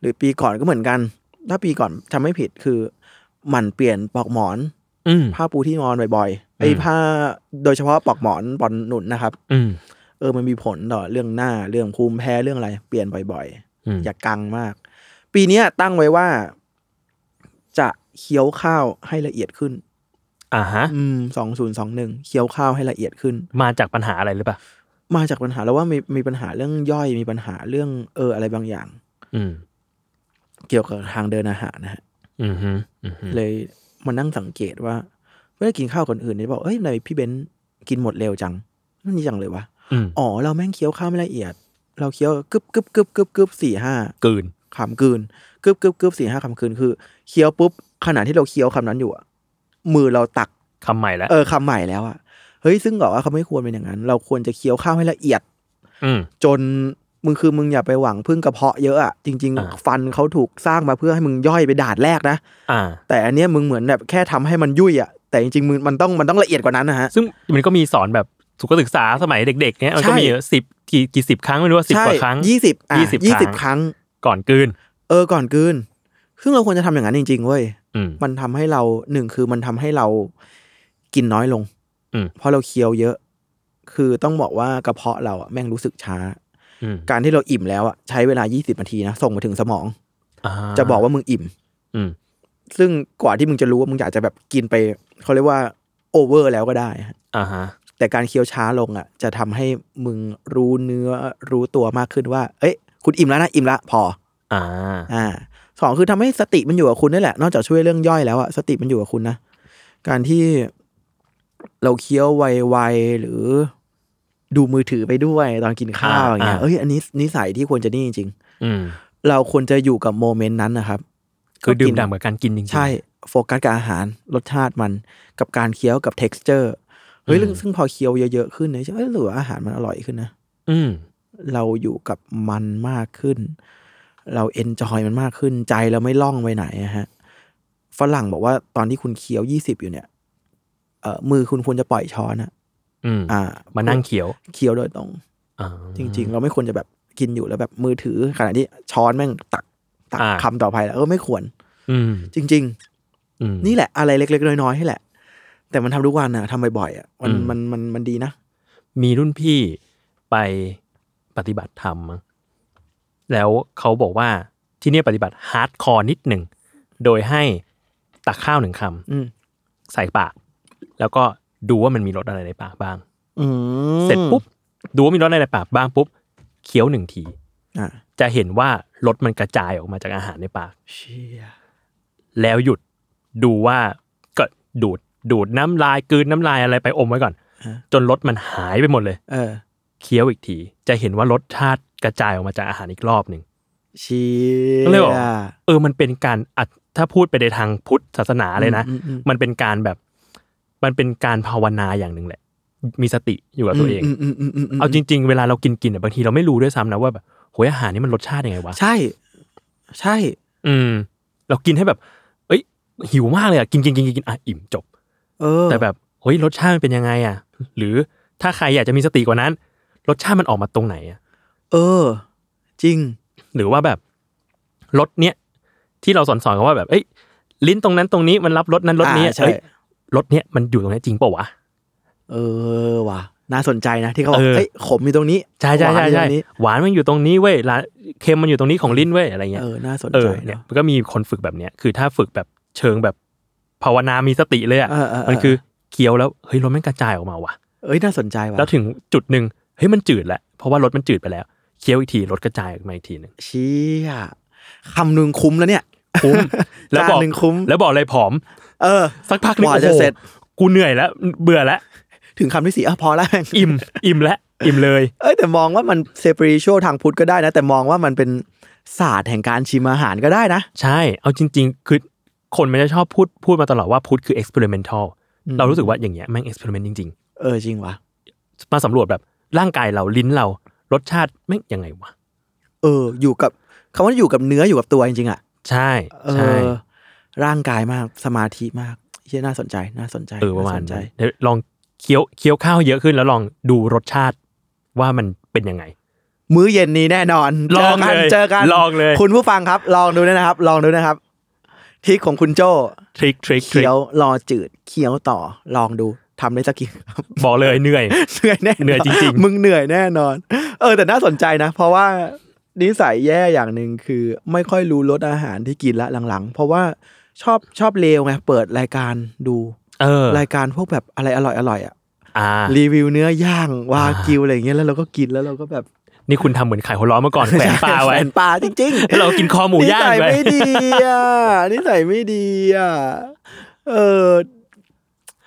หรือปีก่อนก็เหมือนกัน ถ้าปีก่อนทำไม่ผิดคือหมันเปลี่ยนปลอกหมอน อืม ผ้าปูที่นอนบ่อยๆไอ้ อืม ผ้าโดยเฉพาะปลอกหมอนปอนหนุนนะครับ อืม เออมันมีผลต่อเรื่องหน้าเรื่องภูมิแพ้เรื่องอะไรเปลี่ยนบ่อย อืม ๆ อย่ากังมาก ปีเนี้ยตั้งไว้ว่า จะเคี้ยวข้าวให้ละเอียดขึ้น อ่าฮะ อืมสองศูนย์สองหนึ่งเคี้ยวข้าวให้ละเอียดขึ้น มาจากปัญหาอะไรหรือเปล่า มาจากปัญหาแล้วว่ามีมีปัญหาเรื่องย่อยมีปัญหาเรื่องเอออะไรบางอย่าง อืม เกี่ยวกับทางเดินอาหารนะฮะ อืมฮึอืมฮึ เลยมานั่งสังเกตว่าเวลากินข้าวคนอื่นเนี่ยบอกเอ้ยทำไมพี่เบนซ์กินหมดเร็วจังนั่นนี่จังเลยวะ อืม อ๋อเราแม่งเคี้ยวข้าวไม่ละเอียด เราเคี้ยวกึบกึบกึบกึบกึบสี่ห้าก ลืน คำกลืนกึบกึบกึบสี่ห้าคำกลืนคือเคี้ยวปุ๊บขณะที่เราเคี้ยวคำนั้นอยู่อะมือเราตัก คำใหม่แล้ว เออคำใหม่แล้วอะเฮ้ยซึ่งบอกว่าเขาไม่ควรเป็นอย่างนั้น เราควรจะเคี้ยวข้าวให้ละเอียด อืม จนมึงคือมึงอย่าไปหวังพึ่งกระเพาะเยอะอะจริง อ่า ๆ ฟันเขาถูกสร้างมาเพื่อให้มึงย่อยไปด่านแรกนะ อ่า แต่อันเนี้ยมึงเหมือนแบบแค่ทำให้มันยุ่ยอะแต่จริงๆมึงมันต้องมันต้องละเอียดกว่านั้นนะฮะ ซึ่งมันก็มีสอนแบบสุขศึกษาสมัยเด็ก ๆเนี้ยมันก็ ใช่ มีสิบกี่กี่สิบครั้งไม่รู้ว่าสิบ ใช่ กว่าครั้ง ยี่สิบอ่ะ 20 ยี่สิบ ค ค รั้ รั้ ง ง ก่อนกลืน เออก่อนกลืนซึ่งเราควรจะทำอย่างนั้นจริงๆเว้ย อืม มันทำให้เราหนึ่งคือมันทำให้เรากินน้อยลง อืม เพราะเราเคี้ยวเยอะ คือต้องบอกว่ากระเพาะเราอะแม่งรู้สึกช้า อืม การที่เราอิ่มแล้วอะใช้เวลา 20นาทีนะส่งมาถึงสมอง อ่า จะบอกว่ามึงอิ่ม อืม ซึ่งกว่าที่มึงจะรู้ว่ามึงอยากจะแบบกินไปเขาเรียกว่าโอเวอร์แล้วก็ได้ฮะ อ่าฮะ แต่การเคี้ยวช้าลงอ่ะ จะทำให้มึงรู้เนื้อรู้ตัวมากขึ้นว่า เอ้ยคุณอิ่มแล้วนะอิ่มละพอ อ่า อ่าสองคือทำให้สติมันอยู่กับคุณนี่แหละ นอกจากช่วยเรื่องย่อยแล้วอะสติมันอยู่กับคุณนะ การที่เราเคี้ยวไวๆหรือดูมือถือไปด้วยตอนกินข้าว อ่า อย่างเงี้ย อ่า เอ้ยอันนี้นิสัยที่ควรจะนี่จริง อืม ๆเราควรจะอยู่กับโมเมนต์นั้นนะครับ คือดื่ม ก็กิน ด่ำกับการกินจริงๆ ใช่โฟกัสกับอาหารรสชาติมันกับการเคี้ยวกับ t e x t อร์เฮ้ย อืม ซึ่งพอเคี้ยวเยอะๆขึ้นเนี่ยจะเอ้ยหรือว่าอาหารมันอร่อยขึ้นนะ อืม เราอยู่กับมันมากขึ้น เราเอนจอยมันมากขึ้นใจเราไม่ล่องไปไหนอะฮะฝรั่งบอกว่าตอนที่คุณเคี้ยวยี่สิบอยู่เนี่ยเออมือคุณควรจะปล่อยช้อนอะ อืม อ่า มา มา นั่งเขียว เคี้ยวโดยตรง อ่า จริง ๆ เราไม่ควรจะแบบกินอยู่แล้วแบบมือถือขณะที่ช้อนแม่งตักตัก อ่า คำต่อไปแล้วเออไม่ควร อืม จริง ๆ อืม นี่แหละอะไรเล็ก ๆ น้อยๆให้แหละ แต่มันทำทุกวันนะทำบ่อยๆอ่ะมัน อืม มันมันมันดีนะ มีรุ่นพี่ไปปฏิบัติธรรมมั้งแล้วเขาบอกว่าที่เนี่ยปฏิบัติฮาร์ดคอร์นิดหนึ่ง โดยให้ตักข้าวหนึ่งค อืม ำใส่ปาก แล้วก็ดูว่ามันมีรสอะไรในปากบ้าง อืม เสร็จปุ๊บ ดูว่ามีรสอะไรในปากบ้างปุ๊บเคี้ยวหนึ่งที อ่ะ จะเห็นว่ารสมันกระจายออกมาจากอาหารในปาก เชี่ย แล้วหยุดดูว่าก็ดูดดูดน้ำลายกลืนน้ำลายอะไรไปอมไว้ก่อน จนรสมันหายไปหมดเลย เออ เคี้ยวอีกที จะเห็นว่ารสชาติกระจายออกมาจากอาหารอีกรอบหนึ่ง เชี่ย ก็เลยบอก เออมันเป็นการอ่ะถ้าพูดไปในทางพุทธศาสนาเลยนะ มอืม มันเป็นการแบบ มันเป็นการภาวนาอย่างหนึ่งแหละ มีสติอยู่กับตัวเอง มมอืมมมม เอาจริง ๆ เวลาเรากินกินอ่ะบางทีเราไม่รู้ด้วยซ้ำนะว่าแบบโหยอาหารนี่มันรสชาติยังไงวะ ใช่ ใช่ อืม เรากินให้แบบ เอ้ย หิวมากเลยอ่ะกินกินกินกินกินอ่ะอิ่มจบ เออ แต่แบบเฮ้ยรสชาติมันเป็นยังไงอ่ะ หรือถ้าใครอยากจะมีสติกว่านั้น รสชาติมันออกมาตรงไหนอ่ะ เออ จริง หรือว่าแบบรสเนี้ยที่เราสอนสอนกันว่าแบบ เอ้ย ลิ้นตรงนั้นตรงนี้มันรับรสนั้นรสนี้ อ่าใช่ เอ้ยรสเนี้ยมันอยู่ตรงนี้จริงเปล่าวะ เออว่ะน่าสนใจนะที่เขาบอก เออ เฮ้ยขมอยู่ตรงนี้ ใช่ใช่ หวา ใช่ นอยู่ต ใช่ รงนี้ หวานมันอยู่ตรงนี้เว้ยร้านเค็มมันอยู่ตรงนี้ของลิ้นเว้ยอะไรเงี้ย เออน่าสน เอ ใจ อเนี่ย เนาะ มันก็มีคนฝึกแบบเนี้ยคือถ้าฝึกแบบเชิงแบบภาวนามีสติเลยอ่ะ เออเเ มันคือเคี้ยวแล้วเฮ้ยรสมันกระจายออกมาว่ะ เอ้ยน่าสนใจว่ะ แล้วถึงจุดหนึ่งเฮ้ยมันจืดแล้วเพราะว่ารถมันจืดไปแล้วเคี้ยวอีกทีรถกระจายออกมาอีกทีหนึ่ง เชี่ยคำนึงคุ้มแล้วเนี่ย คุ้มแล้วบอก จานหนึ่งคุ้ม แล้วบอกเลยผอม เออ สักพักหนึ่ง กว่า โอ้ จะ โห เสร็จ กูเหนื่อยแล้วเบื่อแล้ว ถึงคำที่สี่อ่ะพอแล้ว อิ่มอิ่มแล้ว อิ่มเลย เอ้ยแต่มองว่ามันเซปริชวลทางพุทธก็ได้นะ แต่มองว่ามันเป็นศาสตร์แห่งการชิมอาหารก็ได้นะ ใช่ เอาจริง ๆ คือคนมันจะชอบพูดพูดมาตลอดว่าพุทธคือ experimental อืม เรารู้สึกว่าอย่างเงี้ยแม่ง experiment จริง เออจริงวะ ๆ มาสำรวจแบบร่างกายเราลิ้นเรารสชาติแม่งยังไงวะ เออ อยู่กับคำว่าอยู่กับเนื้ออยู่กับตัวจริงๆอ่ะ ใช่ เอ ใช่ อร่างกายมากสมาธิมากเชี่ยน่าสนใจน่าสนใจ เออประมาณ น่สนใจ นั้นเดี๋ยวลองเคี้ยวเคี้ยวข้าวเยอะขึ้นแล้วลองดูรสชาติว่ามันเป็นยังไง มื้อเย็นนี้แน่นอน ลองเลย เจอกัน ลองเลย คุณผู้ฟังครับ ลองดูนะครับ ลองดูนะครับทริคของคุณโจ้ ทริคทริคทริค เคี้ยวรอจืดเคี้ยวต่อ ลองดูทำได้สักกี่ ครับ บอกเลยเหนื่อย เหนื่อยแน่ เหนื่อยจริงๆ มึงเหนื่อยแน่นอน เออ แต่น่าสนใจนะ เพราะว่านิสัยแย่อย่างหนึ่งคือไม่ค่อยรู้รสอาหารที่กินละหลังๆ เพราะว่าชอบชอบเลวไงเปิดรายการดู เออ รายการพวกแบบอะไรอร่อยอร่อยๆอ่ะ อ่า รีวิวเนื้อย่างวากิวอะไรอย่างเงี้ยแล้วเราก็กินแล้วเราก็แบบ นี่คุณทำเหมือนขายหัวล้อมาก่อนแขวนปลาไว้ แขวนปลาจริงๆ แล้วเรากินคอหมูย่าง นิสั ไป ไม่ดีอ่ะนิสัยไม่ดีอ่ะเออ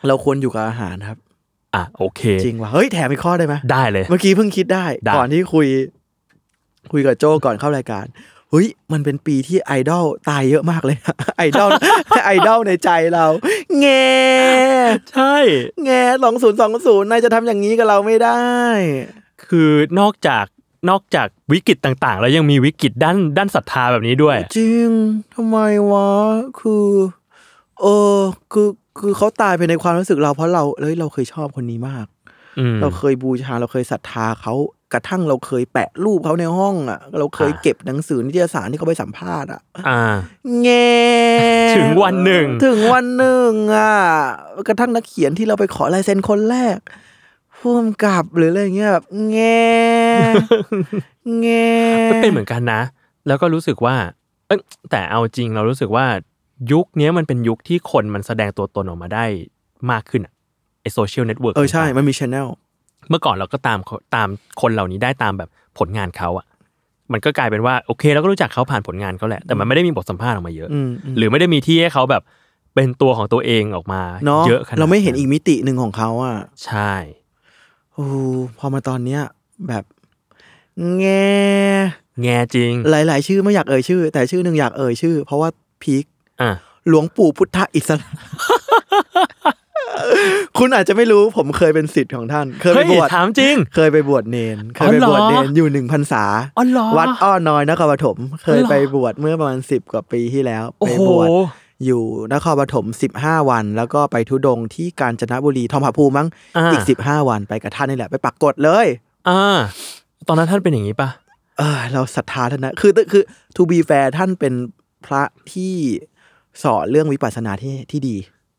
เราควรอยู่กับอาหารครับ อ่ะโอเค จริงว่ะเฮ้ยแถมอีกข้อได้ไหม ได้เลย เมื่อกี้เพิ่งคิดได้ ได้ ก่อนที่คุย คุยกับโจก่อนเข้ารายการเฮ้ยมันเป็นปีที่ไอดอลตายเยอะมากเลย นะไอดอลไอดอลในใจเราแง ใช่ แงสองศูนย์สองศูนย์นายจะทำอย่างนี้กับเราไม่ได้ คือนอกจากนอกจากวิกฤตต่างๆ แล้วยังมีวิกฤตด้านด้านศรัทธาแบบนี้ด้วย จริง ทำไมวะ คือ เออ คือ คือเขาตายไปในความรู้สึกเรา เพราะเรา เฮ้ย เราเคยชอบคนนี้มาก อืม เราเคยบูชา เราเคยศรัทธาเขา กระทั่งเราเคยแปะรูปเขาในห้องอ่ะ เราเคย อ่า เก็บหนังสือนิตยสารที่เขาไปสัมภาษณ์อ่ะ อ่า แง่ ถึงวันหนึ่ง ถึงวันหนึ่งอ่ะ กระทั่งนักเขียนที่เราไปขอลายเซ็นคนแรกพ่วงกับหรืออะไรเงี้ยแบบแง่ แง่ ก็เป็นเหมือนกันนะ แล้วก็รู้สึกว่า เอ้ยแต่เอาจริงเรารู้สึกว่ายุคเนี้ยมันเป็นยุคที่คนมันแสดงตัวตนออกมาได้มากขึ้นอะไอโซเชียลเน็ตเวิร์ก เออใช่ มันมีชแนล เมื่อก่อนเราก็ตามเขาตามคนเหล่านี้ได้ตามแบบผลงานเขาอะมันก็กลายเป็นว่าโอเคเราก็รู้จักเขาผ่านผลงานเขาแหละ แต่มันไม่ได้มีบทสัมภาษณ์ออกมาเยอะ อืมอืม หรือไม่ได้มีที่ให้เขาแบบเป็นตัวของตัวเองออกมา เนาะ เยอะขนาด เราไม่เห็นอีกมิติหนึ่งของเขาอ่ะ ใช่ โอ้โหพอมาตอนเนี้ยแบบแง แง่จริง หลาย ๆ ชื่อไม่อยากเอ่ยชื่อ แต่ชื่อหนึ่งอยากเอ่ยชื่อ เพราะว่าพีค อ่ะ หลวงปู่พุทธอิสระ คุณอาจจะไม่รู้ผมเคยเป็นสิทธิ์ของท่าน เคยไป เฮ้ย บวช ถามจริง เคยไปบวชเนนเคยอ๋อเหไปรอ บวชเนนอยู่หนึ่งพรรษา อ๋อเหรอ วัดอ้อน้อยนครปฐมเคย เหรอ ไปบวชเมื่อประมาณสิบกว่าปีที่แล้ว โอ้ ไป โห บวช อยู่นครปฐมสิบห้าวัน แล้วก็ไปทุดงค์ที่กาญจนบุรีทองผาภูมิมั้ง ะ อีกสิบห้าวันไปกับท่านนี่แหละไปปักกดเลย อ่า ตอนนั้นท่านเป็นอย่างนี้ปะ เออเราศรัทธาท่านนะคือคือทูบีแฟร์ท่านเป็นพระที่สอนเรื่องวิปัสสนาที่ที่ดี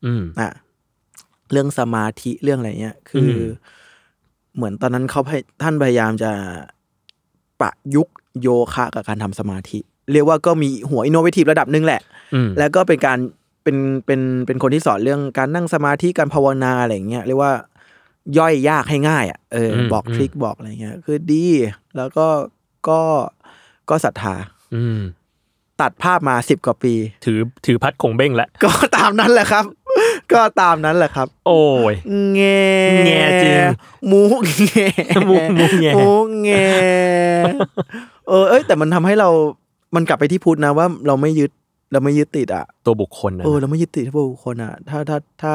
อืม อ่ะเรื่องสมาธิเรื่องอะไรเงี้ย คือมอเหมือนตอนนั้นเขาพยท่านพยายามจะประยุกต์โยคะกับการทำสมาธิ เรียกว่าก็มีหัวอินโนเวทีฟระดับหนึ่งแหละ อืม แล้วก็เป็นการเป็นเป็นเป็นคนที่สอนเรื่องการนั่งสมาธิการภาวนาอะไรอย่างเงี้ยเรียกว่าย่อยยากให้ง่ายอ่ะเอออ ม บอก อืม ทริคบอกอะไรเงี้ยคือดีแล้วก็ก็ก็ศรัทธา อืม ตัดภาพมาสิบกว่าปี ถือถือพัดคงเบ้งแล้ว ก็ ตามนั้นแหละครับ ก็ตามนั้นแหละครับ โอ้ย แง แง่จริง หมูแง หมูหมูแง่ หมูแงเออเอ้ย แต่มันทำให้เรามันกลับไปที่พุทธนะว่าเราไม่ยึดเราไม่ยึดติดอ่ะ ตัวบุคคลนะ เออเราไม่ยึดติดที่พวกบุคคลอ่ะถ้าถ้าถ้า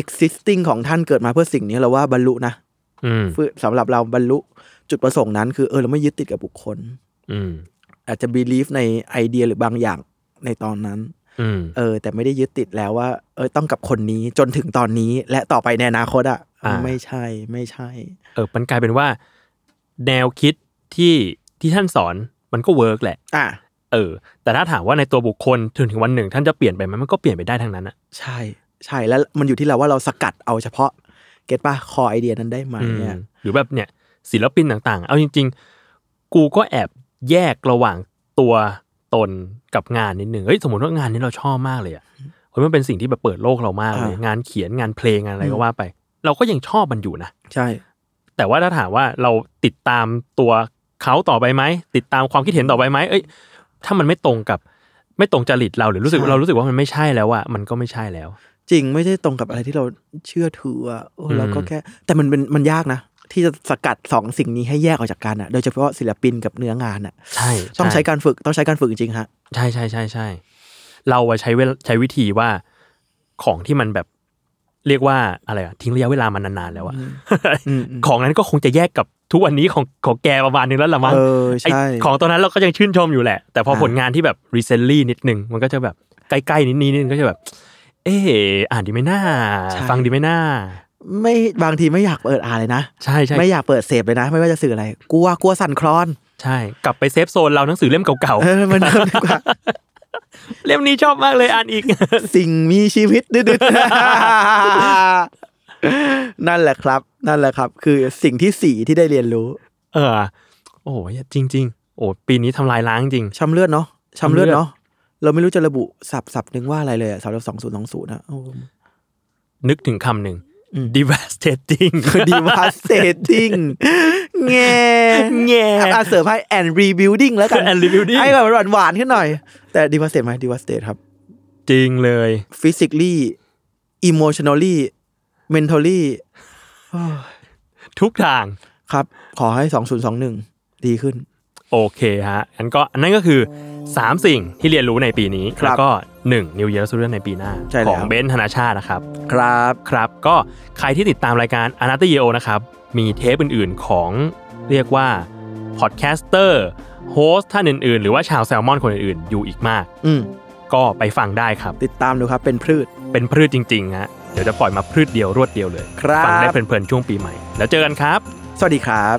existing ของท่านเกิดมาเพื่อสิ่งนี้เราว่าบรรลุนะ อืม เพื่อสำหรับเราบรรลุจุดประสงค์นั้น คือเออเราไม่ยึดติดกับบุคคล อืม อาจจะ believe ในไอเดียหรือบางอย่างในตอนนั้น อืม เออ แต่ไม่ได้ยึดติดแล้วว่า เออต้องกับคนนี้จนถึงตอนนี้และต่อไปในอนาคตอ่ะ อ่า ไม่ใช่ไม่ใช่ เออ มันกลายเป็นว่า แนวคิดที่ที่ท่านสอนมันก็เวิร์กแหละ อ่ะ เออ แต่ถ้าถามว่าในตัวบุคคลถึงถึงวันหนึ่ง ท่านจะเปลี่ยนไปไหมมันก็เปลี่ยนไปได้ทั้งนั้นอะ ใช่ ใช่แล้วมันอยู่ที่เราว่าเราสกัดเอาเฉพาะเก็ตป่ะคอไอเดียนั้นได้ไหมเนี่ย อืมหรือแบบเนี่ยศิลปินต่างๆ เอาจริง ๆ กูก็แอบแยกระหว่างตัวตนกับงานนิดนึงเฮ้ยสมมติว่างานนี้เราชอบมากเลยอ่ะเฮ้ยมันเป็นสิ่งที่แบบเปิดโลกเรามากเลย อ่าง งานเขียนงานเพลงงานอะไรก็ว่าไป เราก็ยังชอบมันอยู่นะ ใช่ แต่ว่าถ้าถามว่าเราติดตามตัวเขาต่อไปไหมติดตามความคิดเห็นต่อไปไหมเอ้ยถ้ามันไม่ตรงกับไม่ตรงจริตเราหรือรู้สึกว่าเรารู้สึกว่ามันไม่ใช่แล้วอะมันก็ไม่ใช่แล้ว จริงไม่ใช่ตรงกับอะไรที่เราเชื่อถืออ่ะเออเราก็ อืม แค่ แต่มันเป็นมันยากนะ ที่จะสกัดสองสิ่งนี้ให้แยกออกจากกันอ่ะ โดยเฉพาะศิลปินกับเนื้องานอ่ะ ใช่ ต้องใช้การฝึกต้องใช้การฝึกจริงๆฮะ ใช่ใช่ใช่ใช่เราอะใช้เวลใช้วิธีว่าของที่มันแบบเรียกว่าอะไรอะทิ้งระยะเวลามานานๆแล้วอะ อืมอืม ของนั้นก็คงจะแยกกับทุกวันนี้ของของแกประมาณนึงแล้วละมั้ง เออใช่ ไอ้ของตอนนั้นเราก็ยังชื่นชมอยู่แหละ แต่พอ ฮะ ผลงานที่แบบ recently นิดนึง มันก็จะแบบใกล้ๆนิดนิดนึงก็จะแบบ เอออ่านดีไหมน่าฟังดีไหมน่า ไม่บางทีไม่อยากเปิดอ่านเลยนะ ใช่ใช่ ไม่อยากเปิดเสพเลยนะ ไม่ว่าจะสื่ออะไร กลัวกลัวสั่นคลอน ใช่ กลับไปเซฟโซนเราหนังสือเล่มเก่า เออมันน่าก ลัว ๆ เล่มนี้ชอบมากเลยอ่านอีก สิ่งมีชีวิตดืดๆ นั่นแหละครับ นั่นแหละครับ คือสิ่งที่สีที่ได้เรียนรู้ เออ โอ้ยจริง ๆ โอ้ปีนี้ทำลายล้างจริง ช้ำเลือดเนาะช้ำเลือด ช้ำเลือด เนาะเราไม่รู้จะระบุสับสับหนึ่งว่าอะไรเลยอะสำหรับสองศูนย์สองศูนย์นะโอ้ นึกถึงคำหนึ่ง อืม devastating ดีว่าเซตติ้งแง่ แง่ อาเสริมให้ and rebuilding แล้วกัน And rebuilding ให้แบบหวานหวานๆขึ้นหน่อย แต่ดีว่าเซตไหมดีว่าเซตครับ จริงเลย physically emotionally mentally ทุกทาง ครับ ขอให้ 2021 ดีขึ้น โอเคฮะงั้นก็อันนั้นก็คือ 3 สิ่งที่เรียนรู้ในปีนี้ ครับ แล้วก็ 1 New Year Resolution ในปีหน้า ใช่แล้ว ของเบนซ์ธนาชาตินะครับ ครับ ครับ ก็ใครที่ติดตามรายการ a n a t y o นะครับ มีเทปอื่นๆของเรียกว่าพอดแคสเตอร์โฮสท่านอื่นๆ หรือว่าชาวแซลมอนคนอื่นๆ อยู่อีกมาก อืม ก็ไปฟังได้ครับ ติดตามดูครับ เป็นพืช เป็นพืชจริงๆฮะเดี๋ยวจะปล่อยมาพืชเดียวรวดเดียวเลย ครับ ฟังได้เพลินๆช่วงปีใหม่ แล้วเจอกันครับ สวัสดีครับ